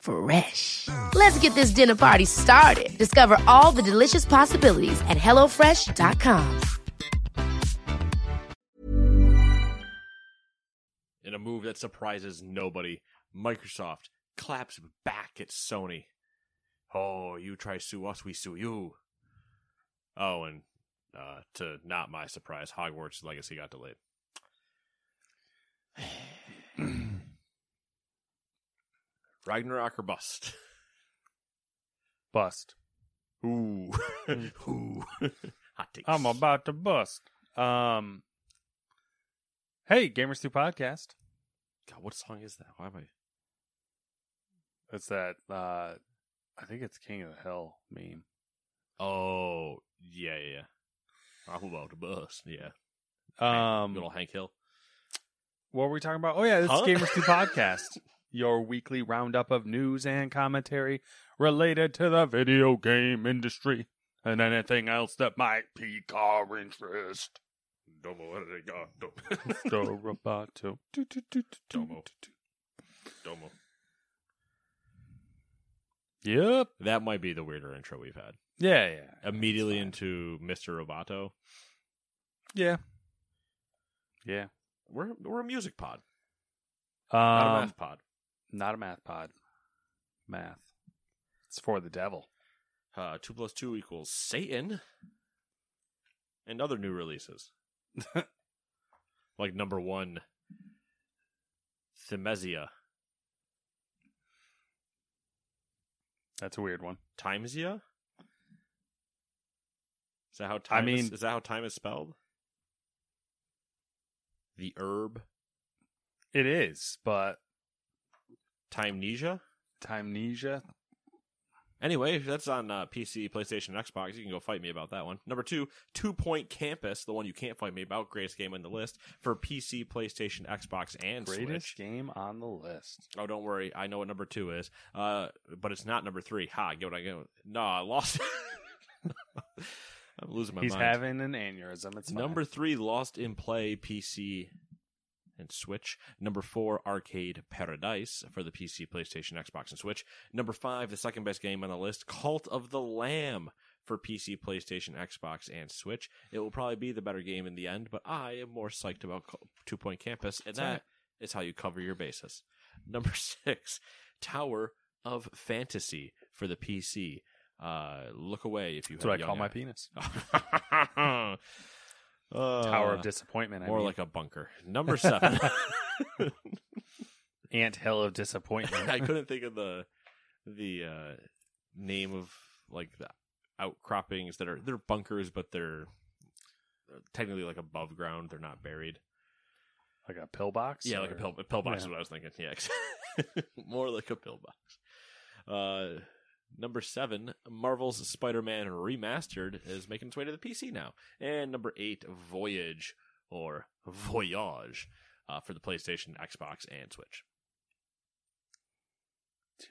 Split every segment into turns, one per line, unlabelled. Fresh. Let's get this dinner party started. Discover all the delicious possibilities at hellofresh.com.
in a move that surprises nobody, Microsoft claps back at Sony. Oh, you try sue us, we sue you. Oh, and uh, to not my surprise, Hogwarts Legacy got delayed. Ragnarok or bust?
Bust.
Ooh, ooh, hot takes.
I'm about to bust. Um. Hey, Gamers Two Podcast.
God, what song is that? Why am I?
It's that. uh I think it's King of the Hell meme.
Oh, yeah, yeah. yeah. I'm about to bust. Yeah,
Um,
good old Hank Hill.
what were we talking about? Oh yeah, this
Huh?
is Gamers Two Podcast, your weekly roundup of news and commentary related to the video game industry and anything else that might pique our interest.
Domo arigato.
Mr. Roboto. Do, do, do, do, do,
Domo.
do, do.
Domo.
Yep.
That might be the weirder intro we've had.
Yeah, yeah.
Immediately
That's
into Mr. Roboto.
Yeah. Yeah.
We're we're a music pod, not a
Um,
math pod.
not a math pod. Math. It's for the devil.
Uh, two plus two equals Satan, and other new releases like number one, Themesia,
That's a weird one.
Timesia. Is that how time? is,
mean-
is that how time is spelled? The herb
It is, but
Timenesia.
Timnesia.
Anyway, if that's on uh, PC, PlayStation, and Xbox. You can go fight me about that one. Number two, Two Point Campus, the one you can't fight me about, greatest game on the list for PC, PlayStation, Xbox, and
Greatest
Switch.
game on the list.
Oh, don't worry, I know what number two is, uh, but it's not number three. Ha, get what I go? No, I lost. I'm losing my
He's
mind.
having an aneurysm. It's fine.
number three, Lost in Play, PC, and Switch. Number four, Arcade Paradise for the PC, PlayStation, Xbox, and Switch. Number five, the second best game on the list, Cult of the Lamb for PC, PlayStation, Xbox, and Switch. It will probably be the better game in the end, but I am more psyched about Cul- Two Point Campus, and that is
right.
how you cover your bases. Number six, Tower of Fantasy for the PC. Uh, look away if you.
That's what I
have
call
young
my
eye-
penis.
uh,
Tower of disappointment. I
More
mean.
like a bunker. Number seven.
ant hill of disappointment.
I couldn't think of the the uh, name of like the outcroppings that are they're bunkers, but they're uh, technically like above ground. They're not buried.
like a pillbox.
Yeah, like a
or-
pill, a pillbox
yeah.
is what I was thinking. Yeah, ex- more like a pillbox. Uh, number seven, Marvel's Spider-Man Remastered is making its way to the PC now, and number eight, Voyage or Voyage uh, for the PlayStation, Xbox, and Switch.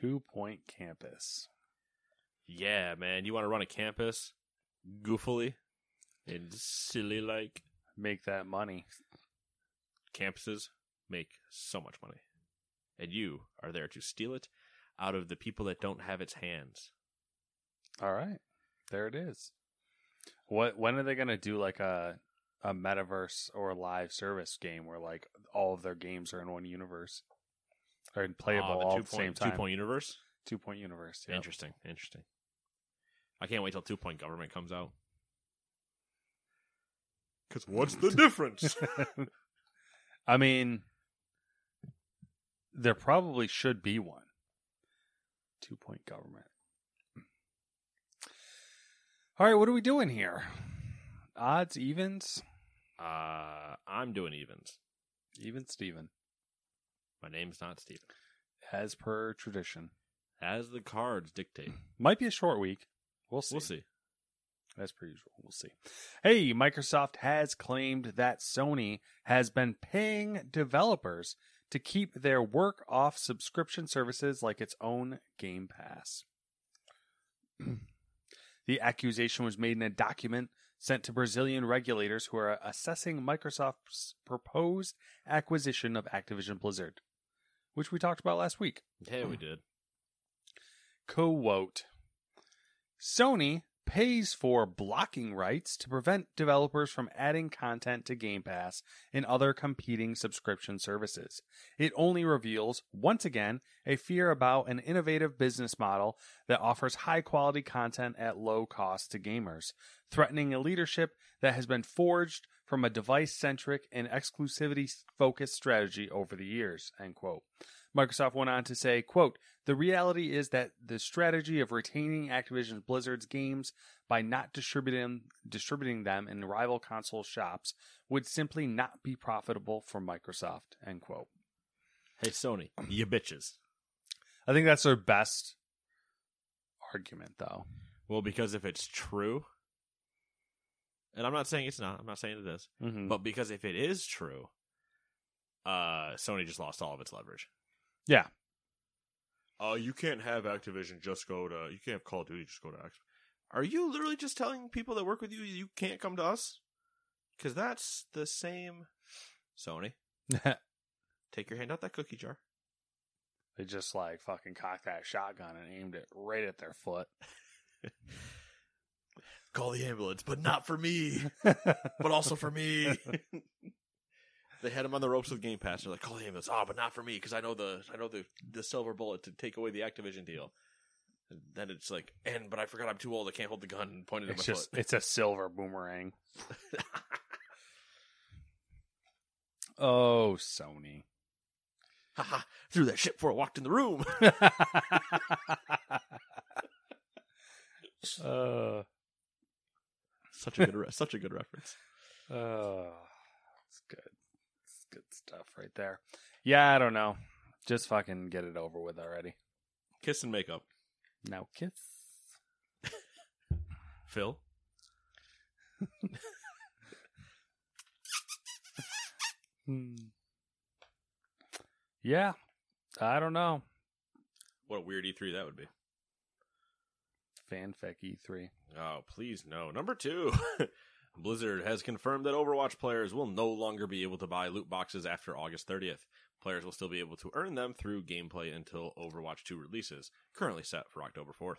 Two point campus.
Yeah, man, you want to run a campus goofily and silly like
Make that money.
campuses make so much money, and you are there to steal it out of the people that don't have its hands.
All right, there it is. What? When are they gonna do like a a metaverse or live service game where like all of their games are in one universe or playable
Ah, the
all
two
at the same
point-
time?
Two point universe.
Two point universe. yep.
Interesting. Interesting. I can't wait till two point government comes out. Because what's the difference?
I mean, there probably should be one. Two point government. All right, what are we doing here? Odds, evens,
uh, I'm doing evens.
even Steven,
My name's not Steven.
as per tradition.
As the cards dictate.
Might be a short week. We'll see.
We'll see.
As per usual, we'll see. Hey, Microsoft has claimed that Sony has been paying developers to keep their work off subscription services like its own Game Pass. the accusation was made in a document sent to Brazilian regulators who are assessing Microsoft's proposed acquisition of Activision Blizzard, which we talked about last week
Yeah, we did.
quote Sony pays for blocking rights to prevent developers from adding content to Game Pass and other competing subscription services. It only reveals, once again, a fear about an innovative business model that offers high quality content at low cost to gamers, threatening a leadership that has been forged from a device centric and exclusivity focused strategy over the years. End quote. Microsoft went on to say, quote, the reality is that the strategy of retaining Activision Blizzard's games by not distributing, distributing them in rival console shops would simply not be profitable for Microsoft, end quote.
Hey, Sony, you bitches.
I think that's their best argument, though.
Well, because if it's true, and I'm not saying it's not, I'm not saying it is,
Mm-hmm.
but because if it is true, uh, Sony just lost all of its leverage.
Yeah.
Oh, you can't have Activision just go to, you can't have Call of Duty just go to Activision. Are you literally just telling people that work with you you can't come to us? Because that's the same. Sony, take your hand out that cookie jar.
they just like fucking cocked that shotgun and aimed it right at their foot.
Call the ambulance, but not for me. but also for me. they had him on the ropes with Game Pass. They're like, call the ambulance. Ah, but not for me because I know the I know the the silver bullet to take away the Activision deal. And then it's like, and but I forgot I'm too old. I can't hold the gun and point it
it's
at my
just it's a silver boomerang.
foot.
Oh, Sony.
Haha, Threw that shit before I walked in the room.
uh,
such a good re- such a good reference.
Oh, it's good. It's good stuff right there. Yeah, I don't know. Just fucking get it over with already.
Kiss and makeup.
Now kiss.
Phil.
Hmm. Yeah, I don't know.
What a weird E3 that would be.
Fanfic E E3.
Oh, please no. Number two. Blizzard has confirmed that Overwatch players will no longer be able to buy loot boxes after August 30th. Players will still be able to earn them through gameplay until Overwatch 2 releases, currently set for October 4th.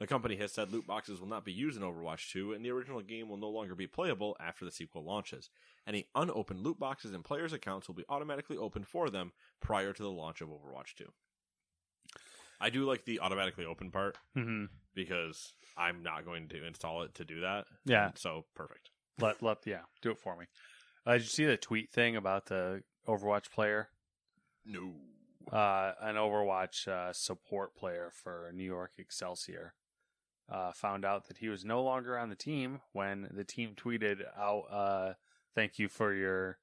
The company has said loot boxes will not be used in Overwatch 2, and the original game will no longer be playable after the sequel launches. Any unopened loot boxes in players' accounts will be automatically opened for them prior to the launch of Overwatch 2. I do like the automatically open part
Mm-hmm.
because I'm not going to install it to do that.
Yeah.
So perfect.
Let let yeah, do it for me. Uh, did you see the tweet thing about the Overwatch player?
No.
uh, an Overwatch uh, support player for New York Excelsior, uh, found out that he was no longer on the team when the team tweeted out, uh, "Thank you for your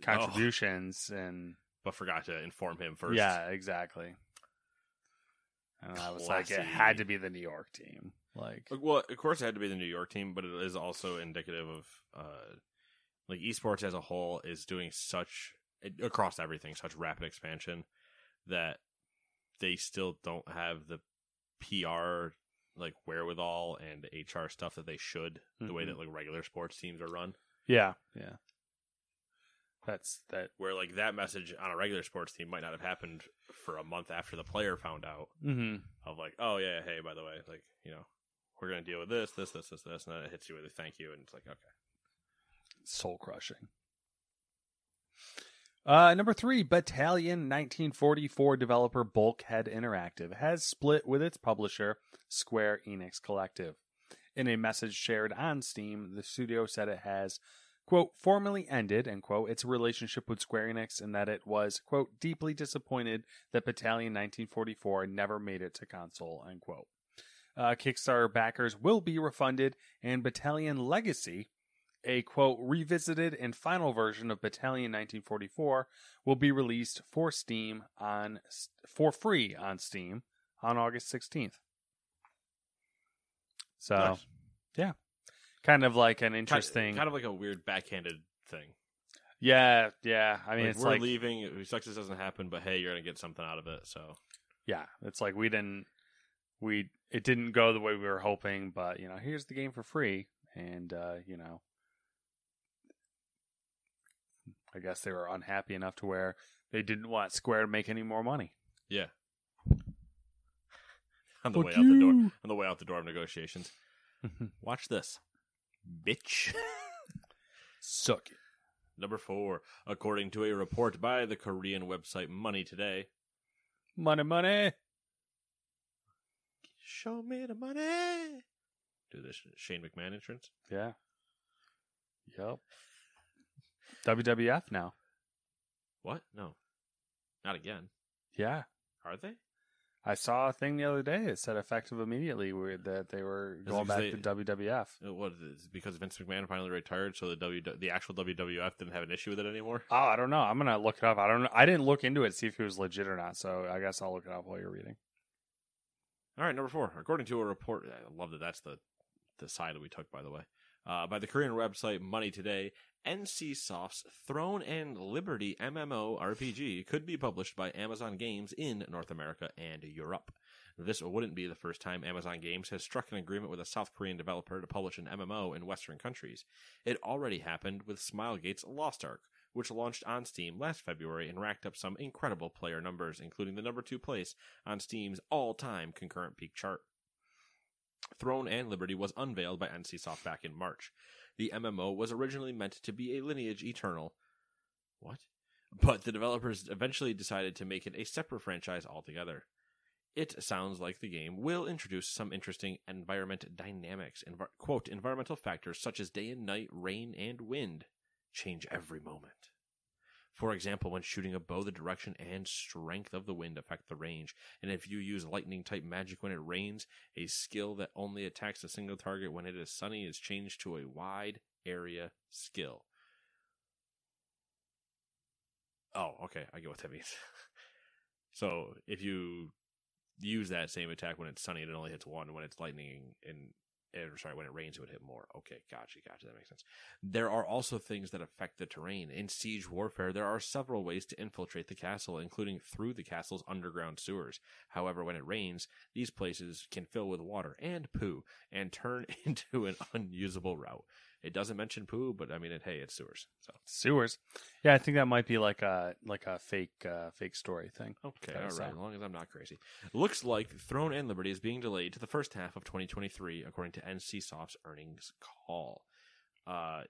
contributions." And
But forgot to inform him first.
yeah, exactly. And I was like, it
Classy.
had to be the New York team. Like,
Well, of course, it had to be the New York team, but it is also indicative of uh, like esports as a whole is doing such across everything such rapid expansion that they still don't have the PR like wherewithal and HR stuff that they should the way
Mhm.
that like regular sports teams are run.
yeah, yeah. That's that.
Where like that message on a regular sports team might not have happened for a month after the player found out.
Mm-hmm.
of like, oh yeah, hey, by the way, like you know, we're gonna deal with this, this, this, this, this, and then it hits you with a thank you, and it's like, okay,
soul crushing. Uh, number three, Battalion 1944 developer Bulkhead Interactive has split with its publisher, Square Enix Collective. In a message shared on Steam, the studio said it has quote, formally ended, end quote, its relationship with Square Enix in that it was, quote, deeply disappointed that Battalion 1944 never made it to console, end quote. Uh, Kickstarter backers will be refunded, and Battalion Legacy, a quote, revisited and final version of Battalion 1944, will be released for Steam on for free on Steam on August 16th. So,
Nice.
kind of like an
Kind-
interesting.
Kind, of like a weird backhanded thing.
yeah, yeah. I mean,
Like,
it's
we're
like
leaving. It sucks this doesn't happen, but hey, you're gonna get something out of it. So
yeah, it's like we didn't we it didn't go the way we were hoping, but you know, here's the game for free and uh, you know I guess they were unhappy enough to where they didn't want Square to make any more money.
yeah. On the
Fuck
way out the door.
you.
On the way out the door of negotiations. Watch this, bitch.
Suck it.
Number four, according to a report by the Korean website Money Today,
Money, money.
show me the money. Do this Shane McMahon entrance.
Yeah. Yep. WWF now.
What? No, not again.
Yeah.
Are they?
I saw a thing the other day that said effective immediately where that they were
it
going
'cause
back
they-
to WWF.
Uh, What is it because Vince McMahon finally retired, so the W the actual WWF didn't have an issue with it anymore.
Oh, I don't know. I'm gonna look it up. I don't know. I didn't look into it to see if it was legit or not. So I guess I'll look it up while you're reading.
All right, number four. According to a report, I love that that's the the side that we took, by the way, uh, by the Korean website Money Today. NCSoft's Throne and Liberty MMO RPG could be published by Amazon Games in North America and Europe. This wouldn't be the first time Amazon Games has struck an agreement with a South Korean developer to publish an MMO in Western countries. It already happened with Smilegate's Lost Ark, which launched on Steam last February and racked up some incredible player numbers, including the number two place on Steam's all time concurrent peak chart. Throne and Liberty was unveiled by NCSoft back in March. The MMO was originally meant to be a Lineage Eternal. What? But the developers eventually decided to make it a separate franchise altogether. It sounds like the game will introduce some interesting environment dynamics, envi- quote, environmental factors such as day and night, rain and wind change every moment. For example, when shooting a bow, the direction and strength of the wind affect the range, and if you use lightning type magic when it rains, a skill that only attacks a single target when it is sunny is changed to a wide area skill. Oh, okay, I get what that means. so if you use that same attack when it's sunny, it only hits one. When it's lightning and or sorry, when it rains, it would hit more. Okay, gotcha, gotcha. That makes sense. There are also things that affect the terrain. In siege warfare, there are several ways to infiltrate the castle, including through the castle's underground sewers. However, when it rains, these places can fill with water and poo and turn into an unusable route. It doesn't mention poo, but I mean, it, hey, it's sewers. So
Sewers. Yeah, I think that might be like a like a fake uh, fake story thing.
Okay,
That
all
was
right. As
all.
long as I'm not crazy. Looks like Throne and Liberty is being delayed to the first half of 2023, according to NCSoft's earnings call. Uh,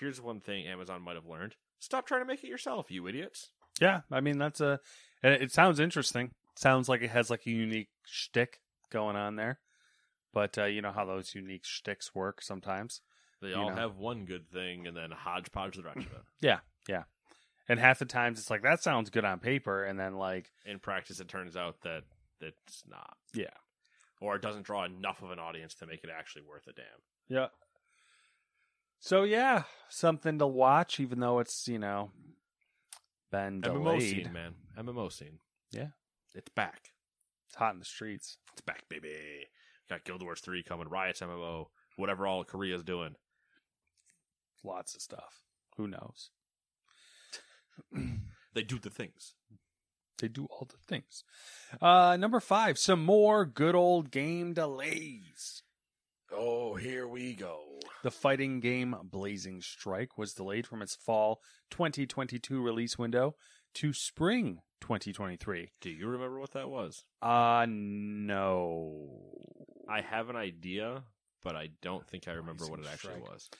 here's one thing Amazon might have learned: stop trying to make it yourself, you idiots.
Yeah, I mean that's a. It, it sounds interesting. Sounds like it has like a unique shtick going on there, but uh, you know how those unique shticks work sometimes.
They
You
all
know.
have one good thing, and then hodgepodge the rest of it.
And half the times it's like that sounds good on paper, and then like
In practice, it turns out that it's not.
Yeah.
Or it doesn't draw enough of an audience to make it actually worth a damn.
Yeah. So yeah, something to watch, even though it's you know been
MMO
delayed.
scene, man. MMO scene.
Yeah.
It's back.
It's hot in the streets.
It's back, baby. Got Guild Wars 3 coming, Riot's MMO, whatever all Korea's doing.
Lots of stuff. Who knows?
They do the things.
They do all the things. Uh, number five, some more good old game delays.
Oh, here we go.
The fighting game Blazing Strike was delayed from its fall 2022 release window to spring 2023.
Do you remember what that was?
Uh, no.
I have an idea, but I don't think I remember what it actually
Strike.
was.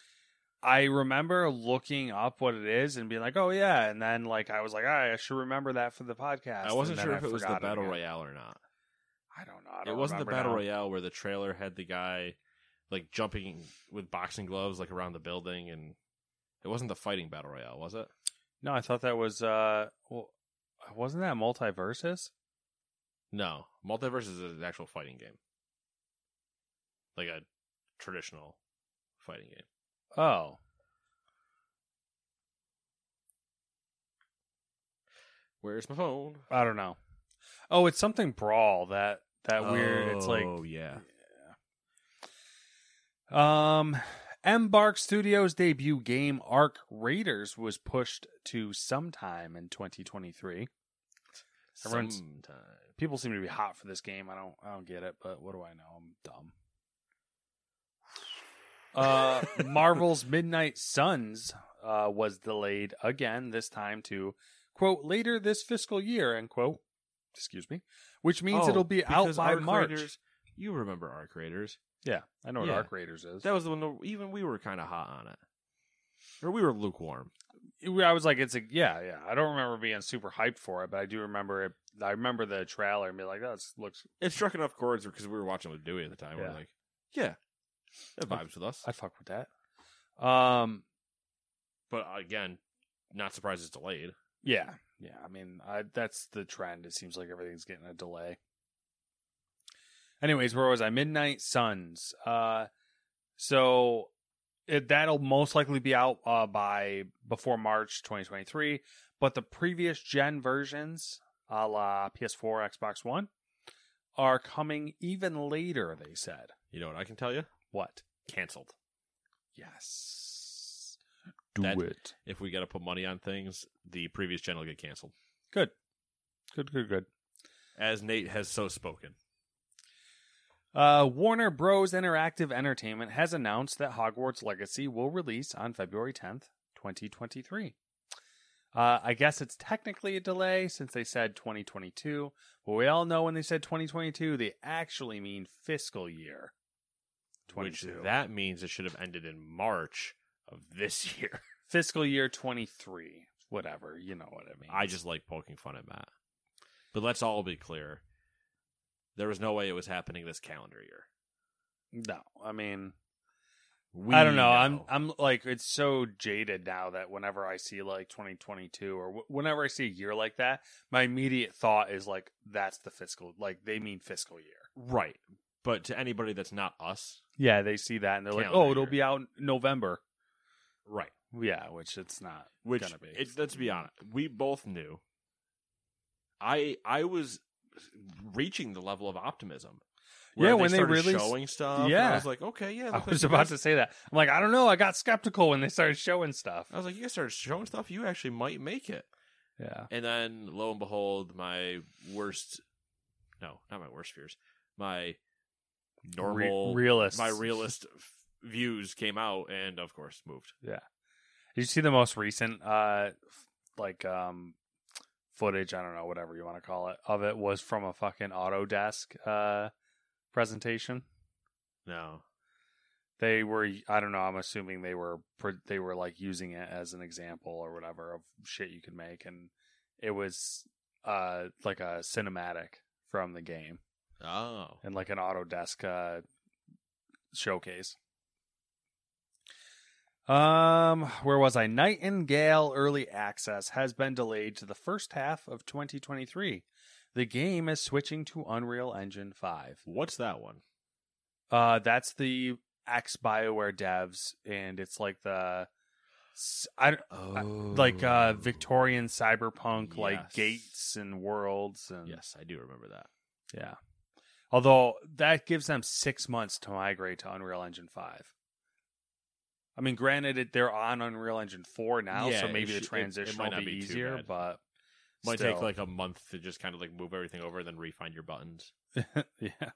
I remember looking up what it is and being like, "Oh yeah," and then like I was like, "All right, I should remember that for the podcast."
I wasn't
and then
sure
I
if it was the
forgot
battle
again.
royale or not.
I don't know. I
It
don't
wasn't the
remember
battle
now.
royale where the trailer had the guy like jumping with boxing gloves like around the building, and It wasn't the fighting battle royale, was it?
No, I thought that was uh well wasn't that multiverses?
No, Multiverse is an actual fighting game, like a traditional fighting game.
Oh.
Where's my phone?
I don't know. Oh, it's something brawl that that weird it's like
oh yeah,
Um, Embark Studios' debut game Arc Raiders was pushed to sometime in 2023. Everyone's-
sometime.
People seem to be hot for this game. I don't, I don't get it, but what do I know? I'm dumb. Uh, Marvel's Midnight Suns uh, was delayed again, this time to quote later this fiscal year end quote. Excuse me, which means
Oh,
it'll be out
because
by
Arc
March.
Raiders- you remember Arc Raiders?
Yeah, I know what
Yeah.
Arc Raiders is.
That was the one. that Even we were kind of hot on it, or we were lukewarm.
I was like, it's a yeah, yeah. I don't remember being super hyped for it, but I do remember it. I remember the trailer and be like, that looks.
It struck enough chords because we were watching with Dewey at the time. We
Yeah.
are like, yeah, it vibes with us.
I fuck with that. Um,
but again, not surprised it's delayed.
yeah, yeah. I mean, I, that's the trend. It seems like everything's getting a delay. Anyways, where was I? Midnight Suns. Uh, so it, that'll most likely be out uh, by before March 2023. But the previous gen versions, a la PS4, Xbox One, are coming even later. They said.
You know what I can tell you?
What?
Cancelled.
Yes. Do
That-
it.
If we got to put money on things, the previous channel get canceled.
Good. Good, good, good.
As Nate has so spoken.
Uh, Warner Bros. Interactive Entertainment has announced that Hogwarts Legacy will release on February 10th, 2023. Uh, I guess it's technically a delay since they said 2022, but we all know when they said 2022, they actually mean fiscal year.
Which
22.
that means it should have ended in March of this year.
fiscal year 23. Whatever, you know what I mean.
I just like poking fun at Matt. But let's all be clear. There was no way it was happening this calendar year.
no, I mean,
We
I don't know. I'm I'm like it's so jaded now that whenever I see like 2022 or wh- whenever I see a year like that, my immediate thought is like that's the fiscal like they mean fiscal year.
right. But to anybody that's not us,
Yeah, they see that and they're like,
Calendar
"Oh, it'll
year.
be out in November."
right.
Yeah, which it's not
Which
gonna be.
it, let's be honest, we both knew. I I was reaching the level of optimism. where
Yeah, when they
started
released-
showing stuff, and
Yeah.
I was like, okay, yeah.
I
looks like
was
you
about
guys-
to say that. I'm like, I don't know. I got skeptical when they started showing stuff.
I was like, you guys started showing stuff. You actually might make it.
Yeah.
And then lo and behold, my worst no, not my worst fears. My normal
Re- realist.
my realist f- views came out and of course moved.
Did you see the most recent uh f- like um footage, I don't know, whatever you want to call it, of it was from a fucking Autodesk uh presentation.
No.
They were I don't know, I'm assuming they were pr- they were like using it as an example or whatever of shit you could make and it was uh like a cinematic from the game
Oh.
and like an Autodesk uh, showcase. Um, where was I? Nightingale early access has been delayed to the first half of 2023. The game is switching to Unreal Engine 5.
What's that one?
Uh, that's the ex BioWare devs, and it's like the s- I don't-
Oh.
like uh Victorian cyberpunk, like
Yes.
gates and worlds and
Yes, I do remember that.
yeah. Although that gives them six months to migrate to Unreal Engine 5. I mean, granted, it, they're on Unreal Engine 4 now,
Yeah,
so
it
maybe
should-
the
it- it
transition
might
will
not
be,
be too
easier,
bad.
but.
Might
still.
take like a month to just kind of like move everything over and then refine your buttons.
yeah.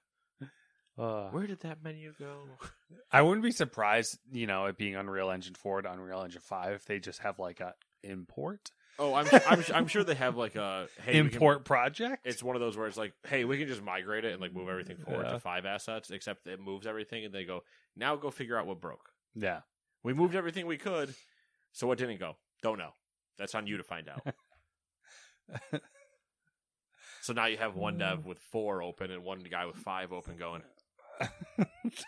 Uh,
Where did that menu go?
I wouldn't be surprised, you know, it being Unreal Engine 4 to Unreal Engine 5 if they just have like a import
Oh, I'm I'm, I'm sure they have like a hey, we can-
import project.
it's one of those where it's like, hey, we can just migrate it and like move everything forward
Yeah.
to five assets, except it moves everything and they go, now go figure out what broke.
yeah.
We moved everything we could, so what didn't go? Don't know. That's on you to find out. so now you have one dev with four open and one guy with five open going,
it's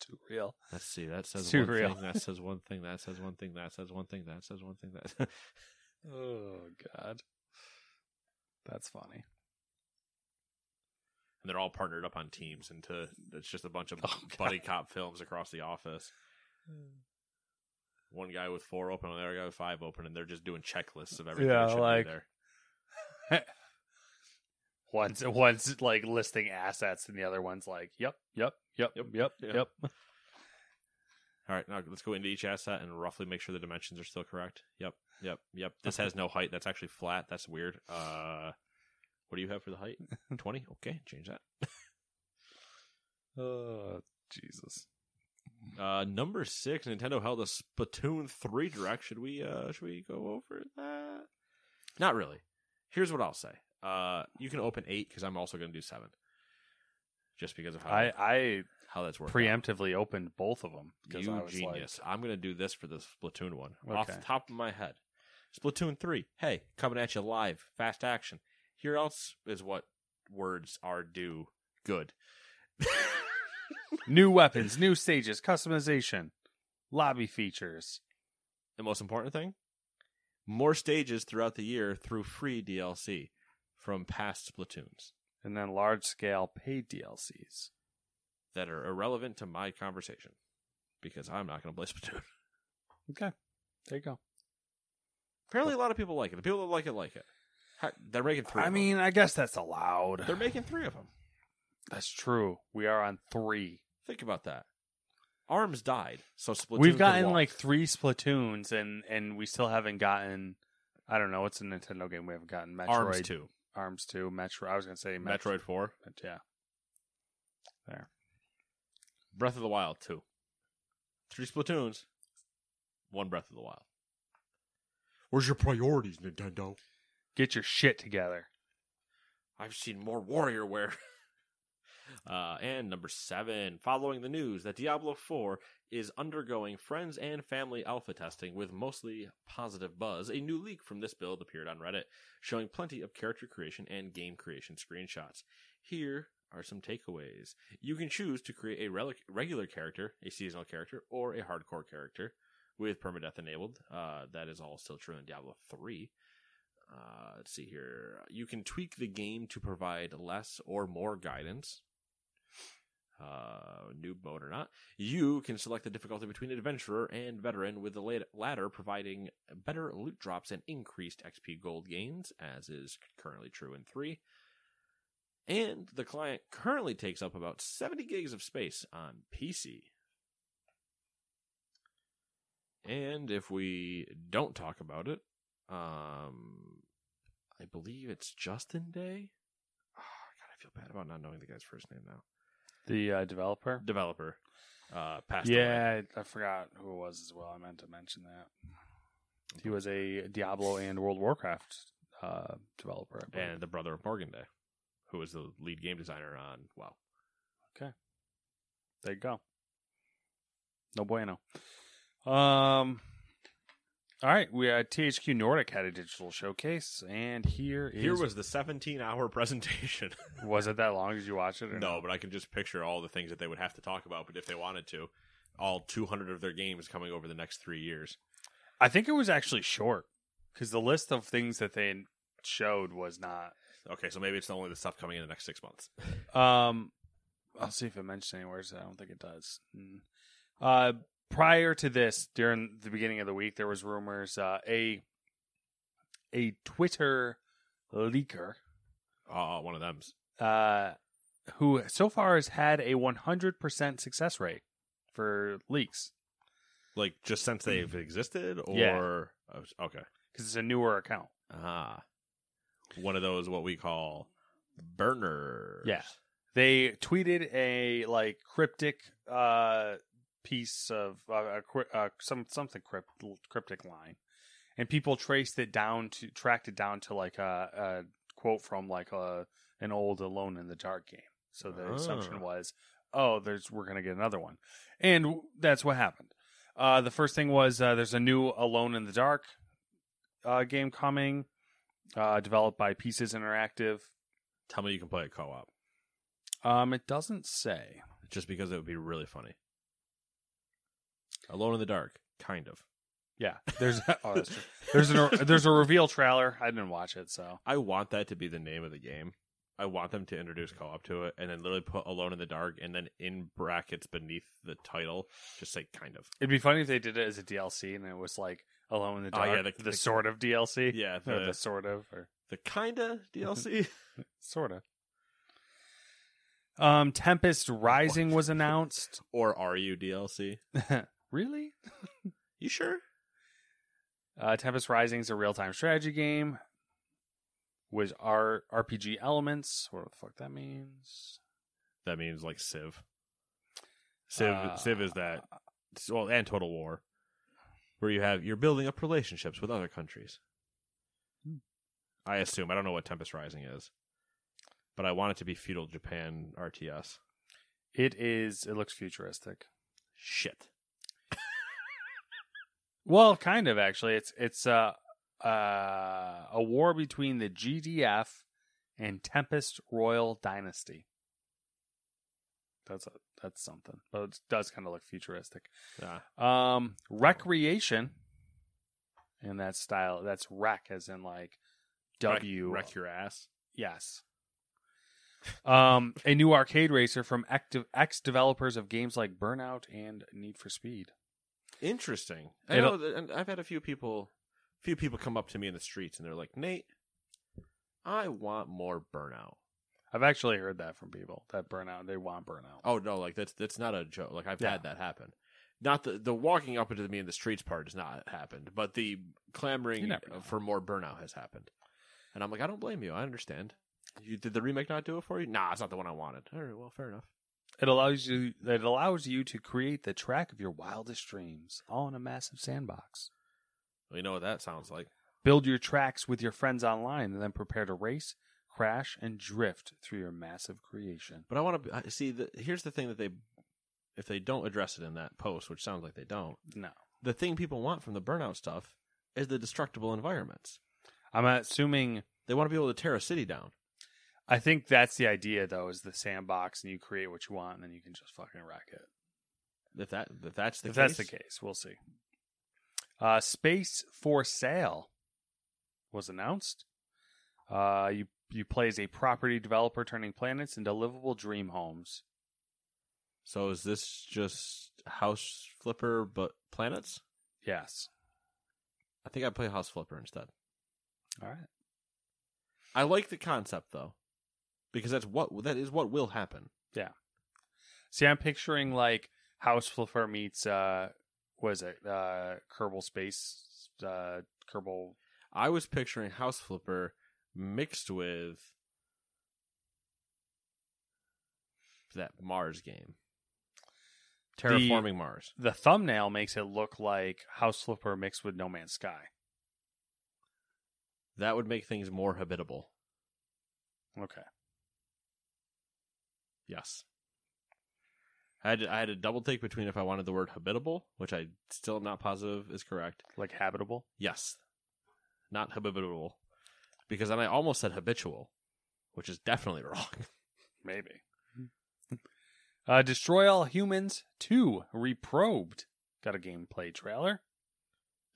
too real.
Let's see. That says
too
one
real.
thing. That says one thing. That says one thing. That says one thing. That says one thing. That.
Oh god, that's funny.
and they're all partnered up on teams, and to, it's just a bunch of
Oh, God.
buddy cop films across the office. One guy with four open, another guy with five open, and they're just doing checklists of everything.
Yeah,
that should
like-
be there.
One's one's like listing assets, and the other one's like, "Yep, yep, yep, yep,
Yep,
yep,
yeah.
yep."
All right, now let's go into each asset and roughly make sure the dimensions are still correct. Yep, yep, yep. This has no height. That's actually flat. That's weird. Uh, what do you have for the height? Twenty. Okay, change that.
Oh Jesus!
Uh, number six, Nintendo held a Splatoon three direct. Should we uh should we go over that? Not really. Here's what I'll say. Uh, you can open eight because I'm also going to do seven, just because of how
I I
how that's working.
preemptively opened both of them because I
You
was
genius. I'm going to do this for the Splatoon one off
Okay.
the top of my head. Splatoon 3. Hey, coming at you live, fast action. Here else is what words are do good.
like, new weapons, new stages, customization, lobby features.
the most important thing more stages throughout the year through free DLC from past Splatoons
and then large scale paid DLCs.
that are irrelevant to my conversation because I'm not going to play Splatoon.
Okay, there you go.
Apparently, a lot of people like it. The people that like it like it. Heck, They're making three.
I
of
mean, I guess that's
them.
allowed.
they're making three of them.
That's true. We are on three.
Think about that. Arms died, so Splatoon.
We've
could
gotten
walk.
like three Splatoons, and and we still haven't gotten. I don't know. What's a Nintendo game we haven't gotten? Metroid,
Arms two,
Arms two. Metroid. I was gonna say Met-
Metroid four,
but yeah.
Breath of the Wild two, three Splatoons, one Breath of the Wild. Where's your priorities, Nintendo?
Get your shit together.
I've seen more warrior wear. Uh, and number seven, following the news that Diablo 4 is undergoing friends and family alpha testing with mostly positive buzz, a new leak from this build appeared on Reddit, showing plenty of character creation and game creation screenshots. Here are some takeaways. You can choose to create a relic- regular character, a seasonal character, or a hardcore character with permadeath enabled. Uh, that is all still true in Diablo 3. Uh, let's see here. You can tweak the game to provide less or more guidance. Uh, noob mode or not, you can select the difficulty between adventurer and veteran, with the lat- latter providing better loot drops and increased XP gold gains, as is currently true in three. And the client currently takes up about 70 gigs of space on PC. And if we don't talk about it, um, I believe it's Justin Day. Oh, God, I feel bad about not knowing the guy's first name now.
The uh, developer.
Developer, uh, passed away.
Yeah, I I forgot who it was as well. I meant to mention that he was a Diablo and World of Warcraft uh, developer. I believe.
and the brother of Morgan Day, who was the lead game designer on WoW.
There you go. No bueno. Um. All right, we uh, THQ Nordic had a digital showcase, and here is
Here was the 17-hour presentation.
was it that long? Did you watch it? Or
no, but I can just picture all the things that they would have to talk about. But if they wanted to, all 200 of their games coming over the next three years.
I think it was actually short because the list of things that they showed was not.
Okay, so maybe it's only the stuff coming in the next six months.
Um, I'll see if it mentions anywhere. So I don't think it does. Mm. Uh, prior to this, during the beginning of the week, there was rumors uh, a a Twitter leaker
Oh, one of them's.
uh, who so far has had a 100% success rate for leaks
Like, just since they've existed? Or...
Hmm. Yeah.
Oh, Okay.
because it's a newer account.
Ah. One of those, what we call burners.
Yeah. They tweeted a like cryptic uh, piece of uh, a, cri- uh, some something crypt, cryptic line, and people traced it down to tracked it down to like a, a quote from like a an old Alone in the Dark game. So the assumption
Ah.
was, oh, there's we're gonna get another one, and w- that's what happened. Uh, the first thing was uh, there's a new Alone in the Dark uh, game coming, uh, developed by Pieces Interactive.
Tell me you can play it co op.
Um, it doesn't say.
Just because it would be really funny. Alone in the Dark, kind of.
Yeah, there's oh, that's true. There's an there's a reveal trailer. I didn't watch it, so
I want that to be the name of the game. I want them to introduce co-op to it, and then literally put Alone in the Dark, and then in brackets beneath the title, just say kind of.
it'd be funny if they did it as a DLC and it was like Alone in the
Oh,
Dark,
yeah,
the,
the- the-
sort of DLC,
Yeah,
or the
the,
sort of or
the kinda DLC.
sort of. Um, Tempest Rising was announced.
or are you DLC?
really?
You sure?
Uh, Tempest Rising is a real time strategy game with R- RPG elements. What the fuck that means?
That means like Civ. Civ,
Uh,
Civ is that. Well, and Total War, where you have you're building up relationships with other countries. I assume I don't know what Tempest Rising is, but I want it to be feudal Japan RTS.
It is. It looks futuristic.
Shit.
Well, kind of actually. It's it's uh, uh, a war between the GDF and Tempest Royal Dynasty. That's a, that's something, but it does kind of look futuristic.
Ah,
Um, recreation, in that style. That's rec, as in like W.
wreck, wreck your ass.
Yes. Um, a new arcade racer from active ex developers of games like Burnout and Need for Speed.
Interesting. I
It'll-
know that, and I've had a few people, few people come up to me in the streets, and they're like, "Nate, I want more burnout."
I've actually heard that from people that Burnout they want Burnout.
Oh no, like that's that's not a joke. Like I've
Yeah.
had that happen. Not the the walking up into me in the streets part has not happened, but the
You
clamoring
never know.
for more burnout has happened. And I'm like, I don't blame you. I understand. You did the remake not do it for you? Nah, it's not the one I wanted. All right, well, fair enough.
It allows you it allows you to create the track of your wildest dreams, all in a massive sandbox.
Well, you know what that sounds like.
Build your tracks with your friends online, and then prepare to race, crash, and drift through your massive creation.
But I want to see. The, here's the thing that they, if they don't address it in that post, which sounds like they don't,
No,
the thing people want from the burnout stuff is the destructible environments.
I'm assuming.
They want to be able to tear a city down.
I think that's the idea, though, is the sandbox, and you create what you want, and then you can just fucking wreck it.
If that if that's the
if
case,
that's the case, we'll see. Uh, Space for Sale was announced. Uh, you you play as a property developer turning planets into livable dream homes.
So is this just House Flipper but planets?
Yes.
I think I play House Flipper instead.
All right.
I like the concept though, because that's what that is what will happen.
See, I'm picturing like House Flipper meets uh, was it uh, Kerbal Space uh, Kerbal?
I was picturing House Flipper mixed with that Mars game, terraforming Mars.
The thumbnail makes it look like House Flipper mixed with No Man's Sky.
That would make things more habitable.
Okay.
Yes. I had, I had a double take between if I wanted the word habitable, which I still am not positive is correct,
Like habitable.
Yes. Not habitual. Because then I almost said habitual, which is definitely wrong.
Maybe. Uh, Destroy All Humans 2 Reprobed. Got a gameplay trailer.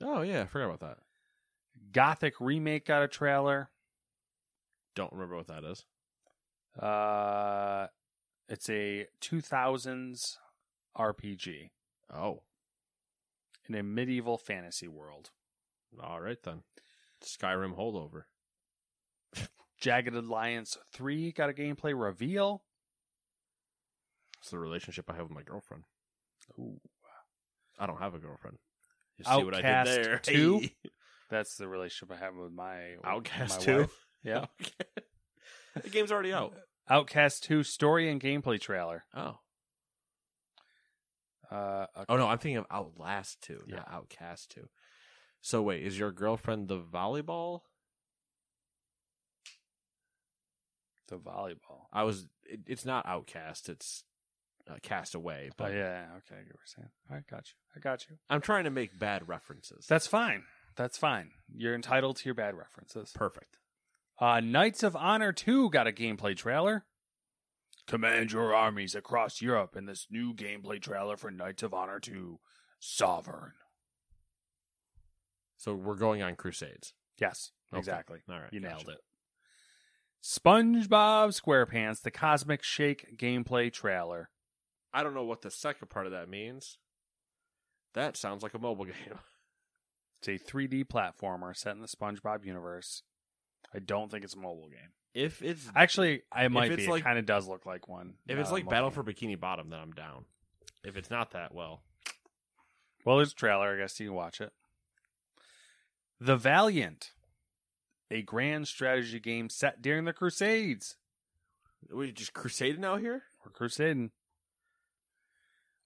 Oh, yeah. I forgot about that.
Gothic Remake got a trailer.
Don't remember what that is.
Uh, it's a 2000s RPG
Oh,
in a medieval fantasy world.
all right then. Skyrim holdover.
Jagged Alliance 3 got a gameplay reveal.
It's the relationship I have with my girlfriend.
Ooh.
I don't have a girlfriend. You see what I
Outcast
did there?
2?
Hey.
That's the relationship I have with my
Outcast
my
2?
wife. Yeah.
Oh, the game's already out.
Outcast 2 story and gameplay trailer.
Oh.
Uh, a-
Oh, no. I'm thinking of Outlast 2, not
Yeah.
Outcast 2. So, wait, is your girlfriend the volleyball?
the volleyball.
I was. It, it's not Outcast. It's uh, Cast Away.
Oh
But
yeah, okay, I get what you're saying. All right, got you. I got you.
I'm trying to make bad references.
That's fine. That's fine. You're entitled to your bad references.
perfect.
Uh, Knights of Honor 2 got a gameplay trailer. Command your armies across Europe in this new gameplay trailer for Knights of Honor 2 Sovereign.
So we're going on crusades.
Yes,
Okay.
exactly.
All right.
You nailed
gotcha.
it. SpongeBob SquarePants: The Cosmic Shake gameplay trailer.
I don't know what the second part of that means. That sounds like a mobile game.
It's a 3D platformer set in the SpongeBob universe. I don't think it's a mobile game.
If it's
Actually, I might
it's
be.
like-
it kind of does look like one.
if it's
uh,
like Battle
mobile
for Bikini Bottom, then I'm down. If it's not that, well,
game. Well, there's a trailer. I guess you can watch it. The Valiant, a grand strategy game set during the Crusades.
we just crusading out here.
We're crusading.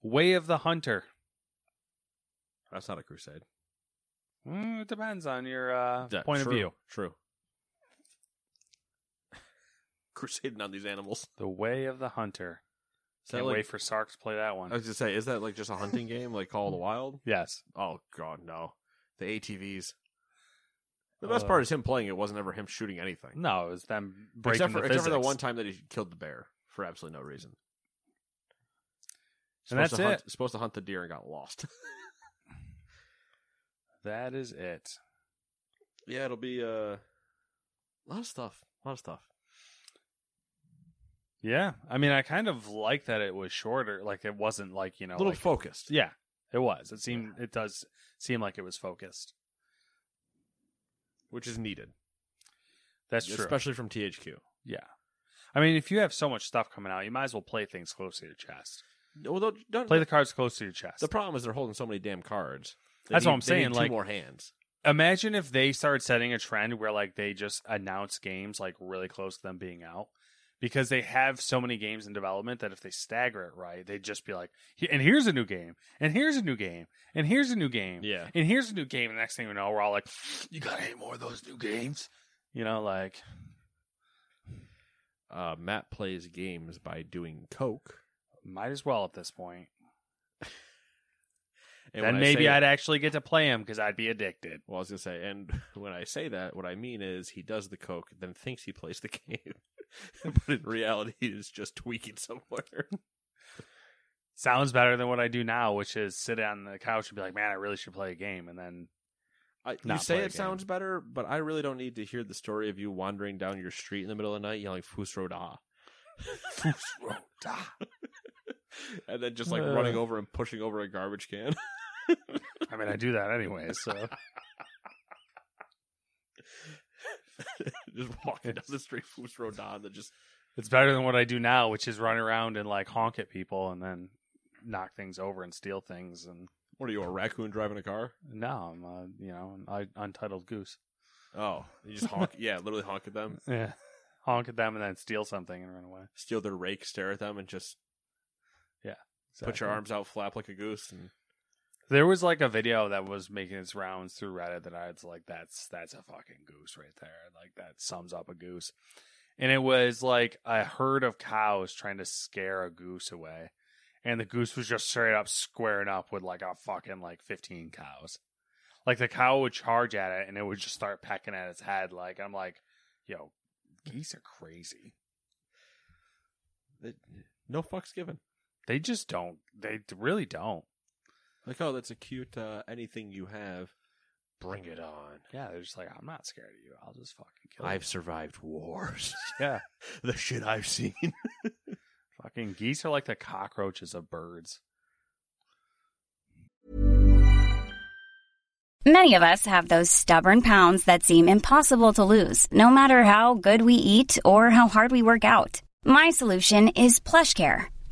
Way of the Hunter.
That's not a crusade.
Mm, it depends on your uh,
Yeah,
point
true,
of view.
True. Crusading on these animals.
The Way of the Hunter.
Is that
Can't
like-
wait for Sark to play that one.
I was just say, is that like just a hunting game, like Call of the Wild?
yes.
Oh God, no! The ATVs. The best
Uh,
part is him playing. It wasn't ever him shooting anything,
No, it was them breaking
except for
the
except
physics.
for the one time that he killed the bear for absolutely no reason.
And that's
to hunt,
it.
Supposed to hunt the deer and got lost.
That is it.
yeah, it'll be uh, a lot of stuff. A lot of stuff.
Yeah, I mean, I kind of like that it was shorter. Like it wasn't like you know,
A little
like-
focused.
yeah, it was. It seemed it does seem like it was focused.
which is needed,
That's true.
especially from THQ.
yeah, I mean, if you have so much stuff coming out, you might as well play things close to your chest.
Although, don't,
Play the cards close to your chest.
The problem is they're holding so many damn cards.
That's what
need-
I'm
they
saying,
need
like-
two more hands.
Imagine if they started setting a trend where like they just announce games like really close to them being out. Because they have so many games in development that if they stagger it right, they'd just be like, "He- and here's a new game, and here's a new game, and here's a new game.
Yeah.
and here's a new game. And the next thing we know, we're all like, "You got any more of those new games?" You know, like
Uh, Matt plays games by doing coke.
might as well at this point.
And
then
when I
maybe
say-
I'd actually get to play them because I'd be addicted.
Well, I was gonna say, and when I say that, what I mean is he does the coke, then thinks he plays the game, but in reality, he is just tweaking somewhere.
Sounds better than what I do now, which is sit on the couch and be like, "Man, I really should play a game," and then
I, you
Not
say
play
it
a game.
sounds better, but I really don't need to hear the story of you wandering down your street in the middle of the night yelling "Fusro da," and then just like
Uh.
running over and pushing over a garbage can.
I mean, I do that anyway, so
just walking down the street, Foos Road Don, that just
it's better than what I do now, which is run around and like honk at people and then knock things over and steal things. And
what are you, a raccoon driving a car?
now I'm, uh, you know, an un- untitled goose.
Oh, you just honk, yeah, literally honk at them,
Yeah, honk at them and then steal something and run away.
steal their rake, stare at them, and just put your
Exactly.
arms out, flap like a goose, and
There was like a video that was making its rounds through Reddit that I was like, that's that's a fucking goose right there. Like that sums up a goose. And it was like a herd of cows trying to scare a goose away. And the goose was just straight up squaring up with like a fucking like fifteen cows. Like the cow would charge at it and it would just start pecking at its head. Like I'm like, yo, geese are crazy.
it, no fucks given.
They just don't. They really don't.
Like, oh, that's a cute uh, anything you have. Bring it on.
Yeah, they're just like, I'm not scared of you. I'll just fucking kill you.
I've survived wars.
yeah.
the shit I've seen.
Fucking geese are like the cockroaches of birds.
Many of us have those stubborn pounds that seem impossible to lose, no matter how good we eat or how hard we work out. My solution is PlushCare.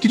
Did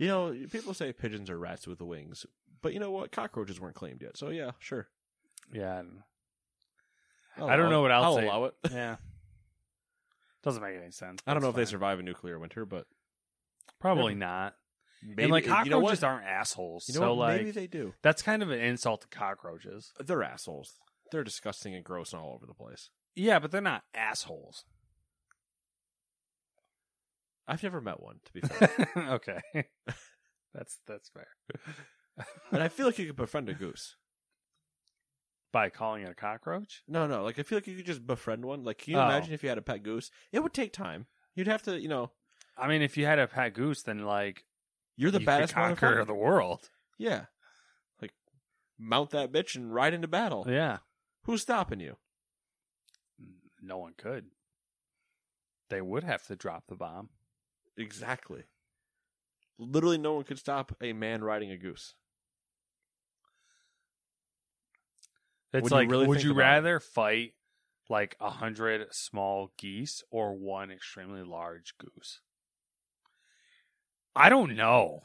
You know, people say pigeons are rats with wings, but you know what? Cockroaches weren't claimed yet, so yeah, sure.
Yeah, I don't know.
I'll
I don't
allow
know
it.
what else.
I'll
they-
allow it.
Yeah, doesn't make any sense.
I don't
but
know if
it's
they
fine.
survive a nuclear winter, but
Probably not.
maybe
and like cockroaches
you know what?
aren't assholes.
You know
so
what?
like
maybe they do.
that's kind of an insult to cockroaches.
They're assholes. They're disgusting and gross and all over the place.
Yeah, but they're not assholes.
I've never met one, to be fair.
okay, that's that's fair.
and I feel like you could befriend a goose.
By calling it a cockroach,
No, no. Like I feel like you could just befriend one. Like, can you
Oh.
imagine if you had a pet goose? It would take time. You'd have to, you know,
I mean, if you had a pet goose, then like
you're the
you could
baddest
conqueror
motherfucker.
of the world.
Yeah, like mount that bitch and ride into battle.
Yeah,
Who's stopping you?
no one could. They would have to drop the bomb.
Exactly. Literally, no one could stop a man riding a goose.
It's
When you
like,
really
would
think
you
about it.
rather fight like a hundred small geese or one extremely large goose? I don't know.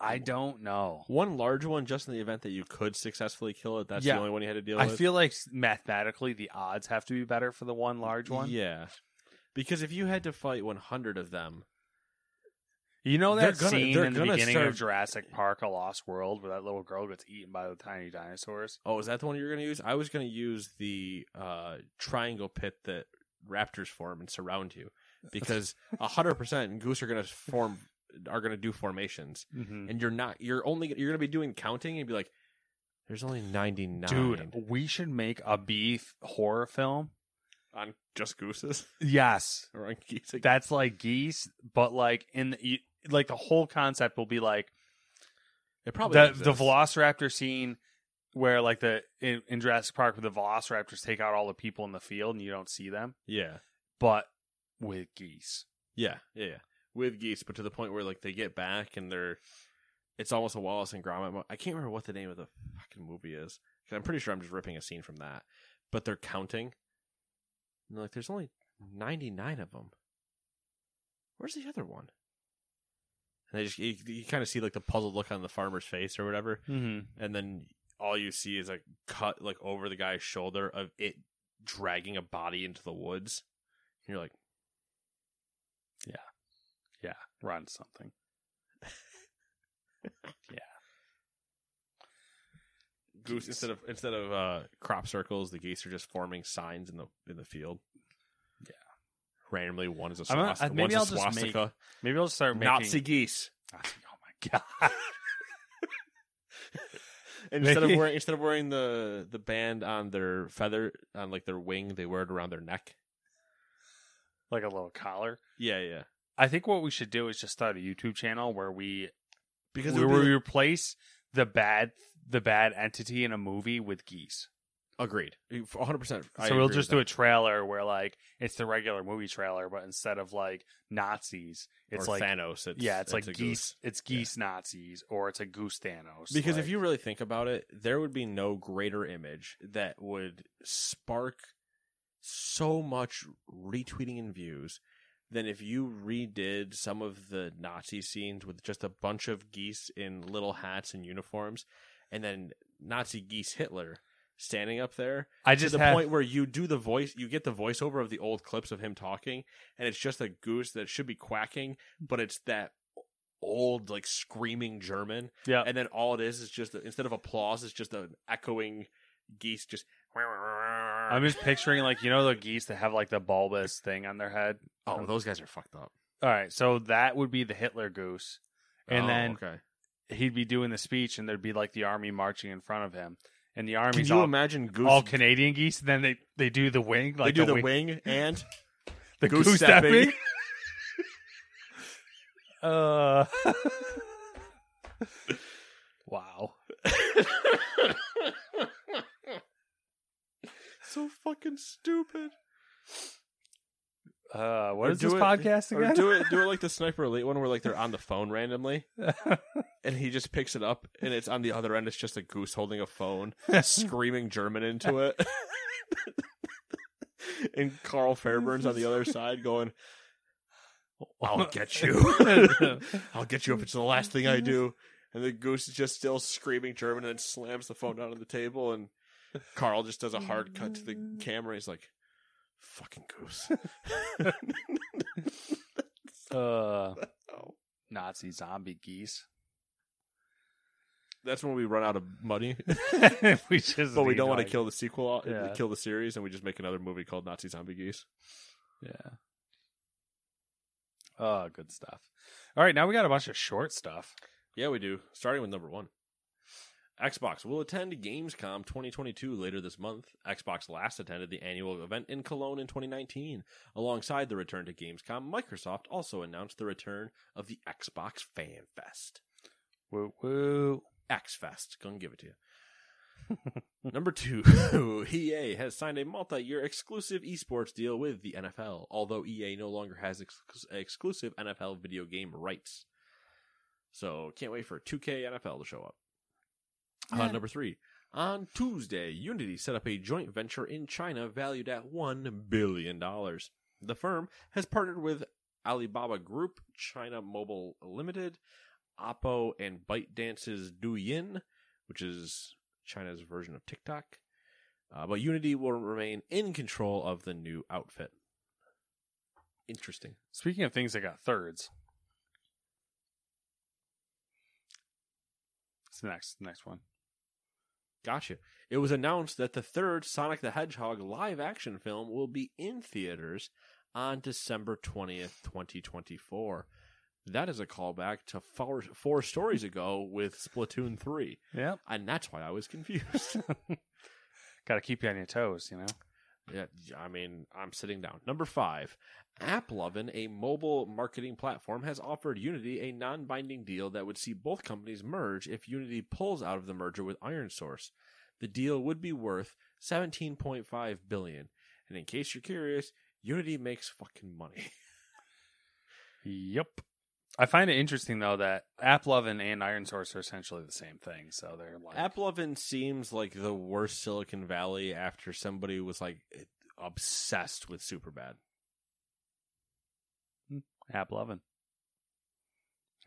I don't know.
One large one, just in the event that you could successfully kill it. That's
Yeah.
the only one you had to deal
I
with.
feel like mathematically the odds have to be better for the one large one.
Yeah, because if you had to fight 100 of them,
You know
They're
that
gonna-
scene
they're
in the
gonna
beginning
start-
of Jurassic Park: A Lost World where that little girl gets eaten by the tiny dinosaurs?
Oh, is that the one you're going to use? I was going to use the uh, triangle pit that raptors form and surround you because 100% goose are going to form are going to do formations
Mm-hmm.
and you're not you're only you're going to be doing counting and be like there's only 99
Dude, we should make a beef horror film.
on just gooses
Yes,
or on geese.
that's like geese, but like in the, you- like the whole concept will be like
it probably
the, the
exists.
Velociraptor scene where like the in, in Jurassic Park where the Velociraptors take out all the people in the field and you don't see them,
Yeah.
but with geese.
Yeah. Yeah. Yeah. With geese, but to the point where like they get back and they're it's almost a Wallace and Gromit. mo- I can't remember what the name of the fucking movie is. 'cause I'm pretty sure I'm just ripping a scene from that. But they're counting. And they're like, there's only 99 of them. Where's the other one? And they just you, you kind of see like the puzzled look on the farmer's face or whatever,
Mm-hmm.
and then all you see is like cut like over the guy's shoulder of it dragging a body into the woods. And you're like,
Yeah, run something.
goose
Geese.
instead of instead of uh, crop circles, the geese are just forming signs in the in the field.
Yeah.
randomly one is a
I'm gonna-
swastika.
I- maybe
one's a
I'll just make
swastika.
Maybe I'll start making
Nazi geese.
Nazi- Oh my god!
Instead of
Maybe-
wearing instead of wearing the the band on their feather on like their wing, they wear it around their neck.
like a little collar.
Yeah, yeah.
I think what we should do is just start a YouTube channel where we
Because it
where
would
we
be-
replace the bad the bad entity in a movie with geese.
agreed, one hundred percent.
so we'll just do a trailer where like it's the regular movie trailer, but instead of like Nazis, it's like
Thanos. It's,
yeah, it's, like
a
geese.
goose.
It's geese Nazis or it's a goose Thanos.
Because if
like-
you really think about it, there would be no greater image that would spark so much retweeting and views than if you redid some of the Nazi scenes with just a bunch of geese in little hats and uniforms, and then Nazi geese Hitler standing up there.
I
to
just
the
have-
point where you do the voice, you get the voiceover of the old clips of him talking, and it's just a goose that should be quacking, but it's that old like screaming German,
Yeah.
and then all it is is just instead of applause, it's just an echoing geese just.
I'm just picturing like you know the geese that have like the bulbous thing on their head. Um,
oh, those guys are fucked up.
All right, so that would be the Hitler goose, and
Oh,
then
okay.
he'd be doing the speech, and there'd be like the army marching in front of him, and the
Can
army's
you
all,
imagine goose?
all Canadian geese, and then they they do the wing,
they
like
do
the,
the
wing,
wing, and
the
goose
goose,
stepping.
stepping. uh, wow.
so fucking stupid.
Uh, what
Or
is this
do it-
podcast
or
again?
do it do it like the sniper elite one where like they're on the phone randomly and he just picks it up and it's on the other end it's just a goose holding a phone screaming German into it. and Carl Fairburn's on the other side going I'll get you. I'll get you if it's the last thing I do. And the goose is just still screaming German and then slams the phone down on the table and Carl just does a hard cut to the camera. He's like, fucking goose.
uh,
Oh.
Nazi zombie geese.
That's when we run out of money.
we just
but we don't
need,
want to
like-
kill the sequel, uh,
Yeah.
kill the series, and we just make another movie called Nazi Zombie Geese.
Yeah. Oh, good stuff. All right, now we got a bunch of short stuff.
Yeah, we do. Starting with number one. Xbox will attend Gamescom 2022 later this month. Xbox last attended the annual event in Cologne in 2019. Alongside the return to Gamescom, Microsoft also announced the return of the Xbox Fan Fest.
Woo woo.
X Fest. Gonna give it to you. Number two, EA has signed a multi year exclusive esports deal with the NFL, although EA no longer has ex- exclusive NFL video game rights. So can't wait for 2K NFL to show up. Uh, number three, on Tuesday, Unity set up a joint venture in China valued at $1 billion. The firm has partnered with Alibaba Group, China Mobile Limited, Oppo, and ByteDance's Douyin, which is China's version of TikTok. Uh, but Unity will remain in control of the new outfit. Interesting.
Speaking of things that got thirds. It's the next next one.
Gotcha. It was announced that the third Sonic the Hedgehog live action film will be in theaters on December 20th, 2024. That is a callback to four, four stories ago with Splatoon 3.
Yep.
And that's why I was confused.
Gotta keep you on your toes, you know?
Yeah, I mean, I'm sitting down. Number five, AppLovin, a mobile marketing platform, has offered Unity a non-binding deal that would see both companies merge if Unity pulls out of the merger with IronSource. The deal would be worth 17.5 billion, and in case you're curious, Unity makes fucking money.
Yep. I find it interesting though that AppLovin and Iron Source are essentially the same thing. So they're like
AppLovin seems like the worst Silicon Valley after somebody was like obsessed with Superbad.
AppLovin.